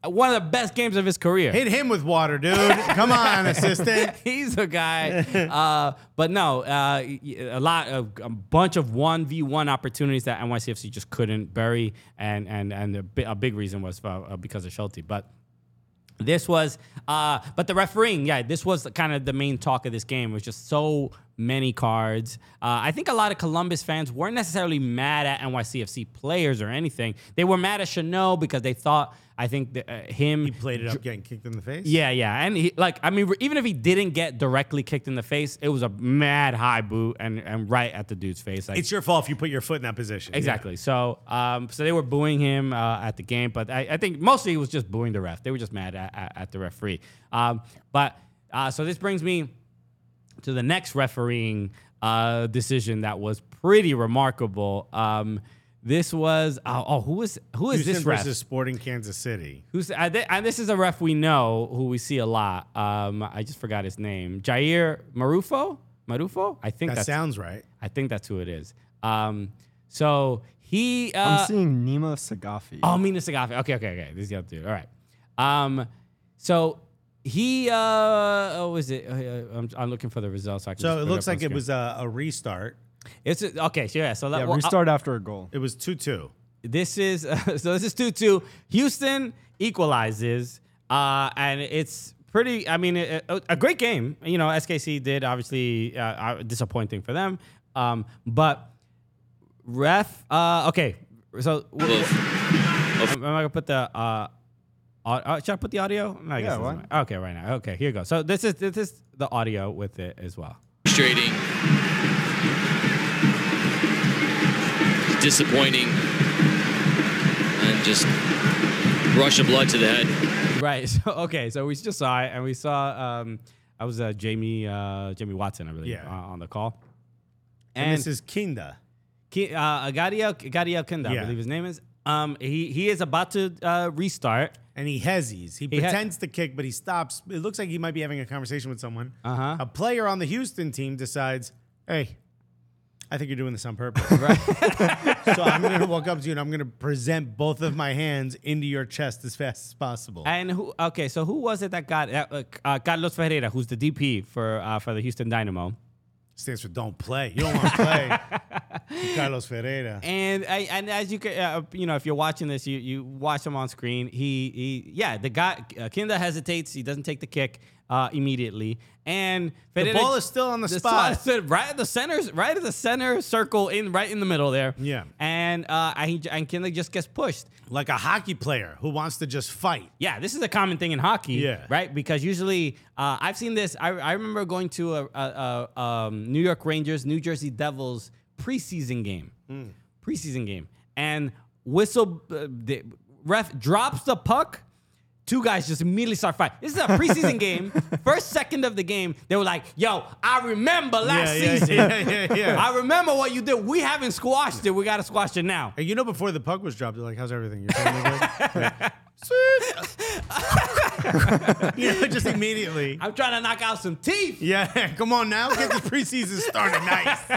Speaker 4: one of the best games of his career.
Speaker 3: Hit him with water, dude. Come on, assistant.
Speaker 4: He's a guy, uh, but no, uh, y- a lot of a bunch of one v one opportunities that NYCFC just couldn't bury, and and and a, bi- a big reason was uh, because of Schulte. But this was uh but the refereeing yeah this was kind of the main talk of this game was just so many cards uh, i think a lot of columbus fans weren't necessarily mad at nycfc players or anything they were mad at chanel because they thought i think that, uh, him
Speaker 3: He played it up, getting kicked in the face.
Speaker 4: yeah yeah and he like i mean even if he didn't get directly kicked in the face it was a mad high boot and and right at the dude's face like
Speaker 3: It's your fault if you put your foot in that position.
Speaker 4: Exactly. So, um, so they were booing him uh, at the game, but I, I think mostly it was just booing the ref. They were just mad at, at, at the referee. Um, but uh, so this brings me to the next refereeing uh, decision that was pretty remarkable. Um, this was oh, oh who is who
Speaker 3: Yeah.
Speaker 4: is
Speaker 3: Houston
Speaker 4: this ref?
Speaker 3: versus Sporting Kansas City.
Speaker 4: Who's I thi- and this is a ref we know who we see a lot. Um, I just forgot his name. Jair Marufo. Marufo. I think
Speaker 3: That
Speaker 4: that's
Speaker 3: sounds right.
Speaker 4: I think that's who it is. Um, so he. Uh,
Speaker 6: I'm seeing Nima Sagafi.
Speaker 4: Oh,
Speaker 3: um,
Speaker 4: Mina Sagafi. Okay, okay, okay. This is the other dude. All right. Um, so he. Uh, oh, was it? uh, I'm, I'm looking for the results. So, I can just
Speaker 3: So it
Speaker 4: bring
Speaker 3: looks
Speaker 4: up on
Speaker 3: like it
Speaker 4: screen.
Speaker 3: was a, a restart.
Speaker 4: It's a- okay. So yeah. So that,
Speaker 6: yeah,
Speaker 4: well, uh,
Speaker 6: restart after a goal.
Speaker 3: It was 2 2.
Speaker 4: this is so. This is two two. Houston equalizes, uh, and it's pretty. I mean, a, a- a great game. You know, SKC did obviously uh, uh, disappointing for them, um, but ref. Uh, okay. So am I gonna put the uh, au- uh, should I put the audio? No, I guess
Speaker 6: Yeah,
Speaker 4: it
Speaker 6: why
Speaker 4: doesn't matter. okay, right now. Okay, here you go. So this is this is the audio with it as well.
Speaker 10: frustrating, disappointing, and just rush of blood to the head.
Speaker 4: Right. So okay. So we just saw it, and we saw. Um, I was uh, Jamie uh, Jamie Watson, I believe,
Speaker 3: Yeah.
Speaker 4: uh, on the call.
Speaker 3: And,
Speaker 4: And,
Speaker 3: this is Kinda.
Speaker 4: Ki- uh, Gadiel Gadiel Kenda,
Speaker 3: Yeah.
Speaker 4: I believe his name is. Um, he he is about to uh, restart.
Speaker 3: and he hezzies. He,
Speaker 4: He he-
Speaker 3: pretends to kick, but he stops. It looks like he might be having a conversation with someone.
Speaker 4: Uh-huh.
Speaker 3: A player on the Houston team decides, hey, I think you're doing this on purpose. Right. so I'm gonna walk up to you and I'm gonna present both of my hands into your chest as fast as possible.
Speaker 4: And who? Okay, so who was it that got uh, uh, Carlos Ferreira, who's the DP for uh, for the Houston Dynamo?
Speaker 3: Stands for don't play. You don't want to play. Carlos Ferreira.
Speaker 4: And I, and as you can, uh, you know, if you're watching this, you you watch him on screen. He, he yeah, the guy uh, Kinda hesitates. He doesn't take the kick uh, immediately, and Ferreira-
Speaker 3: ball is still on the spot.
Speaker 4: is still right at the centers, right at the center circle, in right in the middle there.
Speaker 3: Yeah.
Speaker 4: and uh, I, and Kinda just gets pushed.
Speaker 3: Like a hockey player who wants to just fight.
Speaker 4: Yeah, this is a common thing in hockey.
Speaker 3: Yeah.
Speaker 4: Right? Because usually uh, I've seen this. I, I remember going to a, a, a um, New York Rangers, New Jersey Devils preseason game.
Speaker 3: Hmm.
Speaker 4: Preseason game. And whistle, uh, the ref drops the puck. Two guys just immediately start fighting. This is a preseason game. First second of the game, they were like, yo, I remember last
Speaker 3: yeah,
Speaker 4: season.
Speaker 3: yeah, yeah, yeah.
Speaker 4: I remember what you did. We haven't squashed it. We got to squash it now.
Speaker 3: And you know, before the puck was dropped, they're like, "How's everything? You're feeling good?" Like, "Sweet." you know, just immediately.
Speaker 4: I'm trying to knock out some teeth.
Speaker 3: Yeah, come on now, get the preseason started. Nice.
Speaker 4: Uh,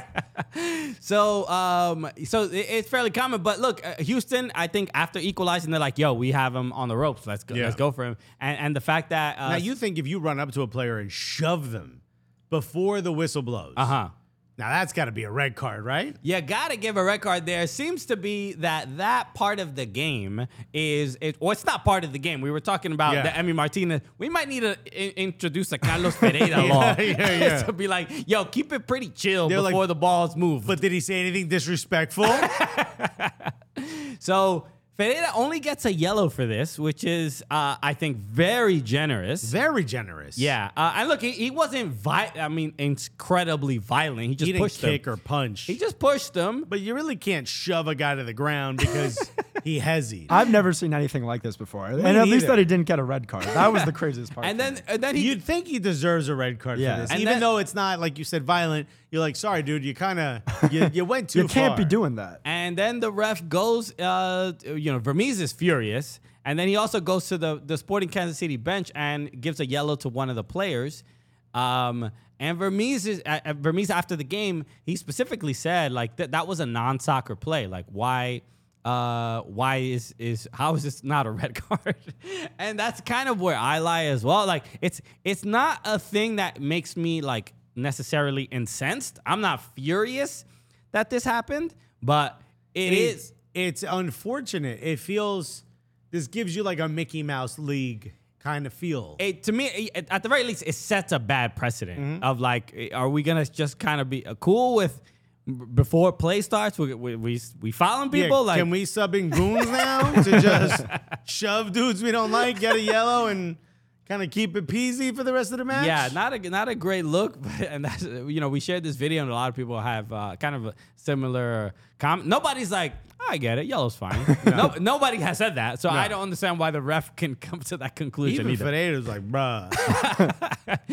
Speaker 4: So, um, so it- it's fairly common. But look, uh, Houston, I think after equalizing, they're like, "Yo, we have him on the ropes. Let's go.
Speaker 3: Yeah.
Speaker 4: Let's go for him." And and the fact that uh,
Speaker 3: Now you think if you run up to a player and shove them before the whistle blows, uh
Speaker 4: huh.
Speaker 3: Now that's got to be a red card, right?
Speaker 4: You gotta give a red card there. Seems to be that that part of the game is it. Well, it's not part of the game. We were talking about
Speaker 3: Yeah.
Speaker 4: the Emmy Martinez. We might need to in- introduce a Carlos Pereira law.
Speaker 3: Yeah, yeah, yeah.
Speaker 4: to be like, yo, keep it pretty chill
Speaker 3: They're like-
Speaker 4: before the balls move.
Speaker 3: But did he say anything disrespectful?
Speaker 4: so Ferreira only gets a yellow for this, which is uh, I think very generous.
Speaker 3: Very generous.
Speaker 4: Yeah, uh, and look, he, he wasn't vi- I mean, incredibly violent. He just
Speaker 3: he didn't
Speaker 4: pushed
Speaker 3: kick
Speaker 4: him.
Speaker 3: or punch.
Speaker 4: he just pushed him.
Speaker 3: but you really can't shove a guy to the ground because he hezzied.
Speaker 6: I've never seen anything like this before. and at least
Speaker 3: neither.
Speaker 6: that he didn't get a red card. That was the craziest part.
Speaker 4: and
Speaker 6: for
Speaker 4: then
Speaker 6: me.
Speaker 4: and then he
Speaker 3: You'd think he deserves a red card
Speaker 6: Yeah.
Speaker 3: for this,
Speaker 4: And
Speaker 3: even
Speaker 4: that-
Speaker 3: though it's not like you said violent. You're like, sorry, dude, you kind of you, you went too
Speaker 6: you can't
Speaker 3: far."
Speaker 6: be doing that.
Speaker 4: and then the ref goes. Uh, you know, Vermees is furious, and then he also goes to the the Sporting Kansas City bench and gives a yellow to one of the players. Um, and Vermees is uh, uh, Vermees after the game. He specifically said like that that was a non soccer play. Like why. uh, why is is how is this not a red card? and that's kind of where I lie as well. Like it's it's not a thing that makes me like necessarily incensed. I'm not furious that this happened, but it is.
Speaker 3: It's unfortunate. It feels. This gives you like a Mickey Mouse league kind of feel.
Speaker 4: It, to me, it, at the very least, it sets a bad precedent
Speaker 3: Mm-hmm.
Speaker 4: of like, eh, are we gonna just kind of be uh, cool with b- before play starts? We we we, we following
Speaker 3: Yeah,
Speaker 4: people like
Speaker 3: can we sub in goons now to just shove dudes we don't like, get a yellow, and kind of keep it peasy for the rest of the match?
Speaker 4: Yeah, not a not a great look, but, and that's you know we shared this video and a lot of people have uh, kind of a similar comment. Nobody's like, I get it, yellow's fine. no. nobody has said that, so I don't understand why the ref can come to that conclusion
Speaker 3: Even
Speaker 4: either.
Speaker 3: Ferreira's like, bruh,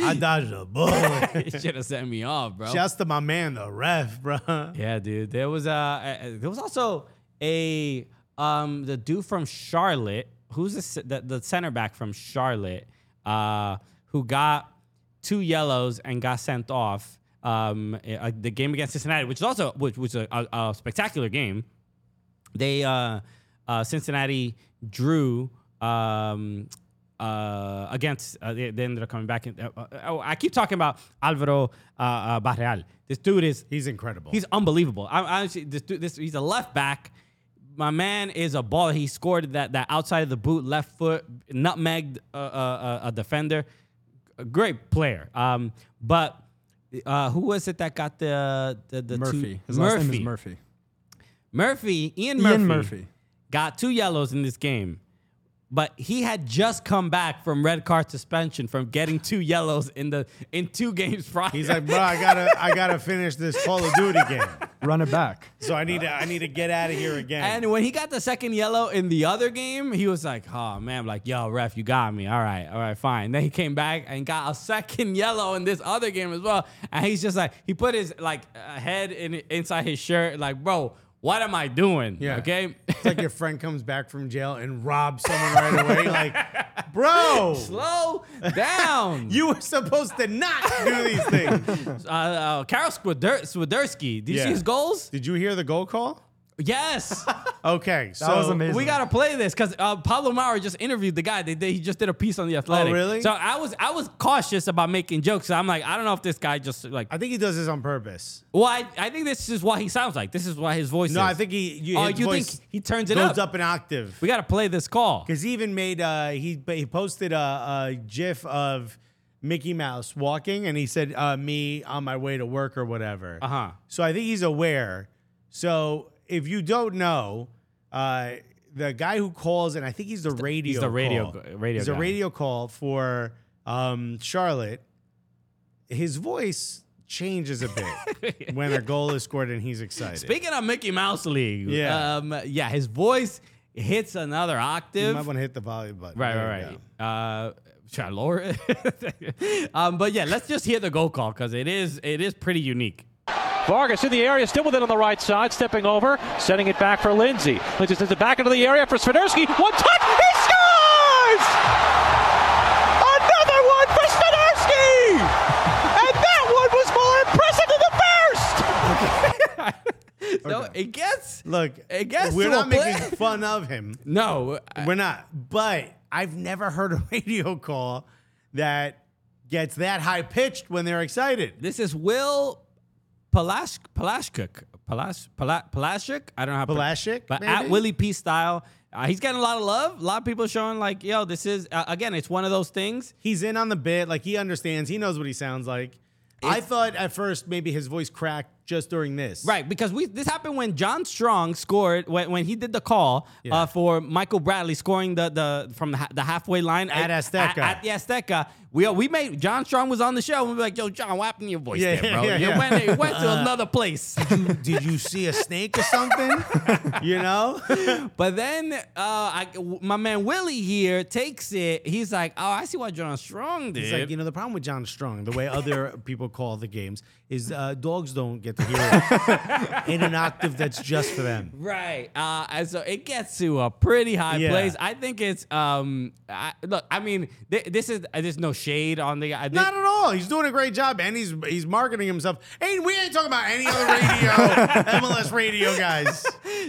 Speaker 3: I dodged a bullet.
Speaker 4: it should have sent me off, bro.
Speaker 3: Shouts to my man, the ref, bruh.
Speaker 4: yeah, dude. There was uh, a, a- there was also a um the dude from Charlotte, who's the c- the, the center back from Charlotte, uh, who got two yellows and got sent off. Um, uh, the game against Cincinnati, which is also which was a, a, a spectacular game. They uh, uh, Cincinnati drew um, uh, against. Uh, they, they ended up coming back. In, uh, uh, oh, I keep talking about Alvaro uh, uh, Barreal. This dude is
Speaker 3: He's incredible.
Speaker 4: He's unbelievable. I, I honestly, this, dude- this he's a left back. My man is a baller. He scored that that outside of the boot left foot nutmegged uh, uh, uh, a defender. A great player. Um, but uh, who was it that got the the, the
Speaker 6: Murphy.
Speaker 4: Two,
Speaker 6: His
Speaker 4: Murphy.
Speaker 6: last name is Murphy.
Speaker 4: Murphy. Ian Murphy.
Speaker 6: Ian Murphy.
Speaker 4: got two yellows in this game. But he had just come back from red card suspension from getting two yellows in the in two games prior.
Speaker 3: He's like, bro, I gotta, I gotta finish this Call of Duty game.
Speaker 6: Run it back.
Speaker 3: So I need to, I need to get out of here again.
Speaker 4: And when he got the second yellow in the other game, he was like, oh man, like, yo, ref, you got me. All right, all right, fine. Then he came back and got a second yellow in this other game as well. And he's just like, he put his like uh, head in inside his shirt, like, bro, What am I doing?
Speaker 3: Yeah.
Speaker 4: Okay.
Speaker 3: It's like your friend comes back from jail and robs someone right away. Like, bro,
Speaker 4: Slow down.
Speaker 3: you were supposed to not do these things.
Speaker 4: uh, uh, Carol Swider- Swiderski. Do you
Speaker 3: Yeah.
Speaker 4: see his goals?
Speaker 3: Did you hear the goal call?
Speaker 4: Yes.
Speaker 3: Okay, so
Speaker 6: was amazing.
Speaker 4: we gotta play this because uh, Pablo Maurer just interviewed the guy. They, they, he just did a piece on the Athletic.
Speaker 3: Oh, really?
Speaker 4: So I was I was cautious about making jokes. I'm like, I don't know if this guy just like.
Speaker 3: I think he does this on purpose.
Speaker 4: Well, I, I think this is what he sounds like. This is what his voice is.
Speaker 3: No, I think he. You,
Speaker 4: Oh,
Speaker 3: his
Speaker 4: you
Speaker 3: voice
Speaker 4: think he turns it
Speaker 3: goes
Speaker 4: up?
Speaker 3: an octave?
Speaker 4: we gotta play this call.
Speaker 3: Because he even made uh he but he posted a, a GIF of Mickey Mouse walking, and he said uh, me on my way to work or whatever. Uh
Speaker 4: Uh-huh.
Speaker 3: So I think he's aware. So if you don't know, uh, the guy who calls, and I think he's the radio.
Speaker 4: the radio
Speaker 3: call.
Speaker 4: gu- radio
Speaker 3: He's a
Speaker 4: guy.
Speaker 3: radio call for um, Charlotte. His voice changes a bit when a goal is scored and he's excited.
Speaker 4: Speaking of Mickey Mouse League,
Speaker 3: Yeah.
Speaker 4: um, yeah, his voice hits another
Speaker 3: you
Speaker 4: octave.
Speaker 3: might want to hit the volume button.
Speaker 4: Right,
Speaker 3: There
Speaker 4: right,
Speaker 3: we
Speaker 4: right.
Speaker 3: go.
Speaker 4: Uh, should I lower it? um, but yeah, let's just hear the goal call because it is it is pretty unique.
Speaker 11: Vargas in the area, still with it on the right side, stepping over, sending it back for Lindsay. Lindsay sends it back into the area for Svidersky. One touch, he scores! Another one for Svidersky! And that one was more impressive than the first!
Speaker 4: So it gets
Speaker 3: Look,
Speaker 4: it gets
Speaker 3: we're
Speaker 4: to a
Speaker 3: not making
Speaker 4: place-
Speaker 3: fun of him.
Speaker 4: no. I-
Speaker 3: We're not. But I've never heard a radio call that gets that high pitched when they're excited.
Speaker 4: This is Will Palash Palashkuk Palash Pala- Palashuk. I don't know how to-
Speaker 3: Palashuk,
Speaker 4: but
Speaker 3: maybe?
Speaker 4: at Willie P style. Uh, he's getting a lot of love. A lot of people showing like, yo, this is uh, again. It's one of those things.
Speaker 3: He's in on the bit, like he understands, he knows what he sounds like. I thought at first maybe his voice cracked just during this.
Speaker 4: Right, because we this happened when John Strong scored when, when he did the call uh, for Michael Bradley scoring the the from the, ha- the halfway line
Speaker 3: At Azteca.
Speaker 4: At, at the Azteca, we we made John Strong was on the show and we were like, "Yo, John, what happened to your voice,
Speaker 3: Yeah,
Speaker 4: there,
Speaker 3: yeah,
Speaker 4: bro?
Speaker 3: yeah,
Speaker 4: you
Speaker 3: yeah. Uh,
Speaker 4: went you went to another place."
Speaker 3: Did you see a snake or something? you know?
Speaker 4: But then uh, I, my man Willie here takes it. He's like, "Oh, I see why John Strong did."
Speaker 3: It's like, you know, the problem with John Strong, the way other people call the games, is uh, dogs don't get to hear it in an octave that's just for them.
Speaker 4: Right. Uh, and so it gets to a pretty high
Speaker 3: Yeah.
Speaker 4: place. I think it's um. I, look, I mean, th- this is uh, there's no shade on the guy.
Speaker 3: Not at all. He's doing a great job, and he's he's marketing himself. And we ain't talking about any other radio, MLS radio guys.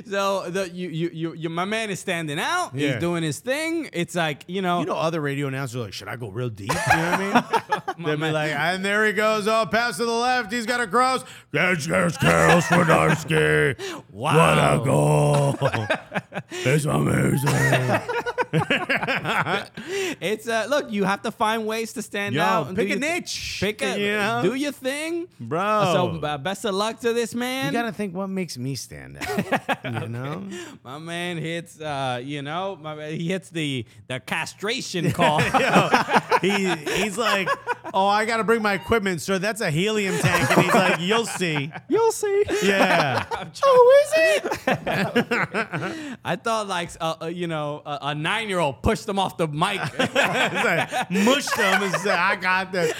Speaker 4: So the you you you, you my man is standing out.
Speaker 3: Yeah.
Speaker 4: He's doing his thing. It's like you know.
Speaker 3: You know, other radio announcers are like, should I go real deep? You know what I mean? They'll be
Speaker 4: man.
Speaker 3: like, and there he goes. Oh, pass to the left. He's got a cross. Yes, yes, Carol Swidarski.
Speaker 4: Wow.
Speaker 3: What a goal. it's amazing.
Speaker 4: it's uh look. You have to find ways to stand
Speaker 3: Yo,
Speaker 4: out. and
Speaker 3: pick
Speaker 4: do
Speaker 3: a
Speaker 4: your thi-
Speaker 3: niche,
Speaker 4: Pick a
Speaker 3: you know?
Speaker 4: do your thing,
Speaker 3: Bro.
Speaker 4: So uh, best of luck to this man.
Speaker 3: You got to think what makes me stand out. You know?
Speaker 4: My man hits, uh, you know, my man, he hits the the castration call.
Speaker 3: he he's like, oh, I gotta bring my equipment, sir. That's a helium tank, and he's like, you'll see.
Speaker 6: You'll see.
Speaker 3: Yeah.
Speaker 4: oh, is it? I thought like, uh, uh, you know, a, a nine year old pushed him off the mic
Speaker 3: It's like, mushed him and said, I got this.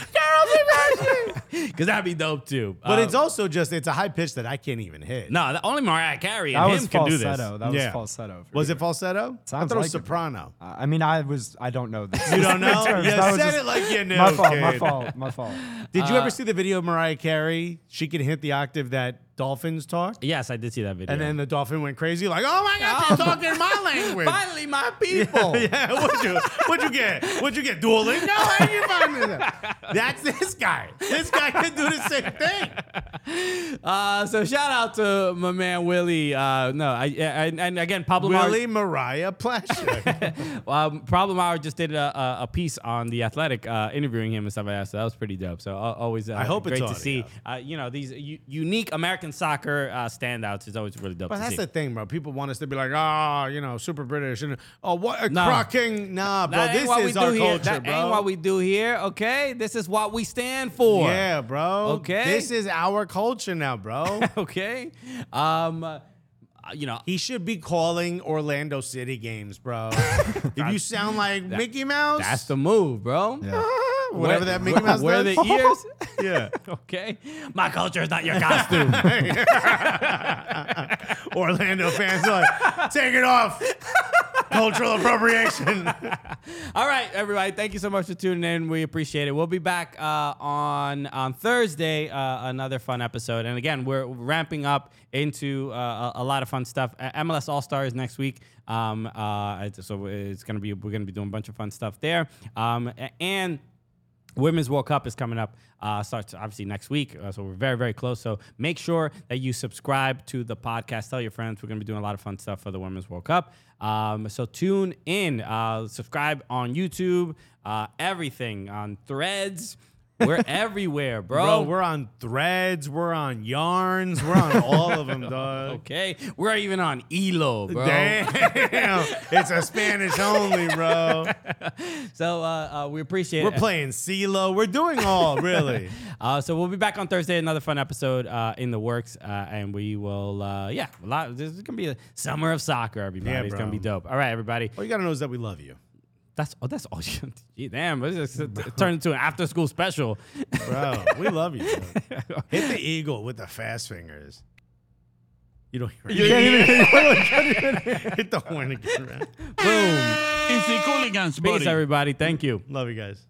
Speaker 4: because that'd be dope too.
Speaker 3: But
Speaker 4: Uh,
Speaker 3: it's also just it's a high pitch that I can't even hit.
Speaker 4: no, the- only Mariah Carey and
Speaker 6: That
Speaker 4: him
Speaker 6: was
Speaker 4: can
Speaker 6: falsetto.
Speaker 4: do this.
Speaker 6: That was
Speaker 3: Yeah.
Speaker 6: falsetto. for
Speaker 3: Was
Speaker 6: sure.
Speaker 3: it falsetto? I
Speaker 6: Sounds
Speaker 3: thought it
Speaker 6: like
Speaker 3: was
Speaker 6: it.
Speaker 3: soprano.
Speaker 6: I mean, I was. I don't know this.
Speaker 3: You don't know?
Speaker 6: That
Speaker 3: you
Speaker 6: was
Speaker 3: said
Speaker 6: just-
Speaker 3: it like you knew.
Speaker 6: my fault. My
Speaker 3: kid. Uh,
Speaker 6: fault. My fault.
Speaker 3: Did you ever see the video of Mariah Carey? She can hit the octave that dolphins talk.
Speaker 4: Yes, I did see that video.
Speaker 3: And then the dolphin went crazy, like, oh my God, she's talking my language.
Speaker 4: finally, my people.
Speaker 3: Yeah, what'd you what'd you get? What'd you get? Duolingo? How you find that? That's this guy. This guy can do the same thing.
Speaker 4: Uh, so shout out to my man Willie. Uh, no, I, I and, and again Pablo Mar-
Speaker 3: Willie Mariah Plashuk.
Speaker 4: Um, Problem Hour just did a, a, a piece on the Athletic, uh, interviewing him and stuff like that. So that was pretty dope. So al- always, uh,
Speaker 3: I hope it's
Speaker 4: great to
Speaker 3: audio.
Speaker 4: see. Uh, you know these u- unique American soccer uh, standouts is always really dope.
Speaker 3: but
Speaker 4: to
Speaker 3: that's
Speaker 4: see.
Speaker 3: the thing, bro. People want us to be like, oh, you know, super British and oh, what a
Speaker 4: No.
Speaker 3: cracking. Nah, bro.
Speaker 4: That ain't
Speaker 3: This
Speaker 4: what we
Speaker 3: is our
Speaker 4: do here.
Speaker 3: culture,
Speaker 4: that
Speaker 3: bro.
Speaker 4: ain't what we do here. Okay, this is what we stand for.
Speaker 3: yeah, bro.
Speaker 4: Okay.
Speaker 3: This is our culture now, bro.
Speaker 4: Okay. Um, uh, you know,
Speaker 3: he should be calling Orlando City games, bro. if you sound like Mickey Mouse,
Speaker 4: that's the move, bro.
Speaker 3: whatever
Speaker 4: Where-
Speaker 3: that Mickey Mouse
Speaker 4: Where
Speaker 3: does.
Speaker 4: the ears?
Speaker 3: yeah.
Speaker 4: okay. My culture is not your costume.
Speaker 3: Orlando fans are like, take it off. Cultural appropriation.
Speaker 4: All right, everybody. Thank you so much for tuning in. We appreciate it. We'll be back uh, on on Thursday. Uh, another fun episode. And again, we're ramping up into uh, a, a lot of fun stuff. Uh, MLS All Stars next week. Um, uh, it's- so it's gonna be we're gonna be doing a bunch of fun stuff there. Um, a- and Women's World Cup is coming up. Uh, starts obviously next week, uh, so we're very, very close. So make sure that you subscribe to the podcast. Tell your friends we're going to be doing a lot of fun stuff for the Women's World Cup. Um, so tune in, uh, subscribe on YouTube, uh, everything on Threads. We're everywhere,
Speaker 3: Bro, we're on threads, we're on yarns, we're on all of them, dog.
Speaker 4: Okay, we're even on Elo, bro.
Speaker 3: Damn, it's a Spanish only, bro.
Speaker 4: So uh, uh, we appreciate.
Speaker 3: We're
Speaker 4: it.
Speaker 3: playing CeeLo. We're doing all really.
Speaker 4: uh, so we'll be back on Thursday, another fun episode uh, in the works, uh, and we will. Uh, yeah, a lot. This is gonna be a summer of soccer, everybody.
Speaker 3: Yeah,
Speaker 4: it's
Speaker 3: bro.
Speaker 4: gonna be dope. All right, everybody.
Speaker 3: All you gotta know is that we love you,
Speaker 4: That's oh, that's all. You, gee, damn, this is- it turned into an after-school special.
Speaker 3: bro. We love you. bro. Hit the eagle with the fast fingers. You don't. You hit the horn again. Bro.
Speaker 5: Easy Cooligans, buddy.
Speaker 4: Peace, everybody. Thank you.
Speaker 3: Love you guys.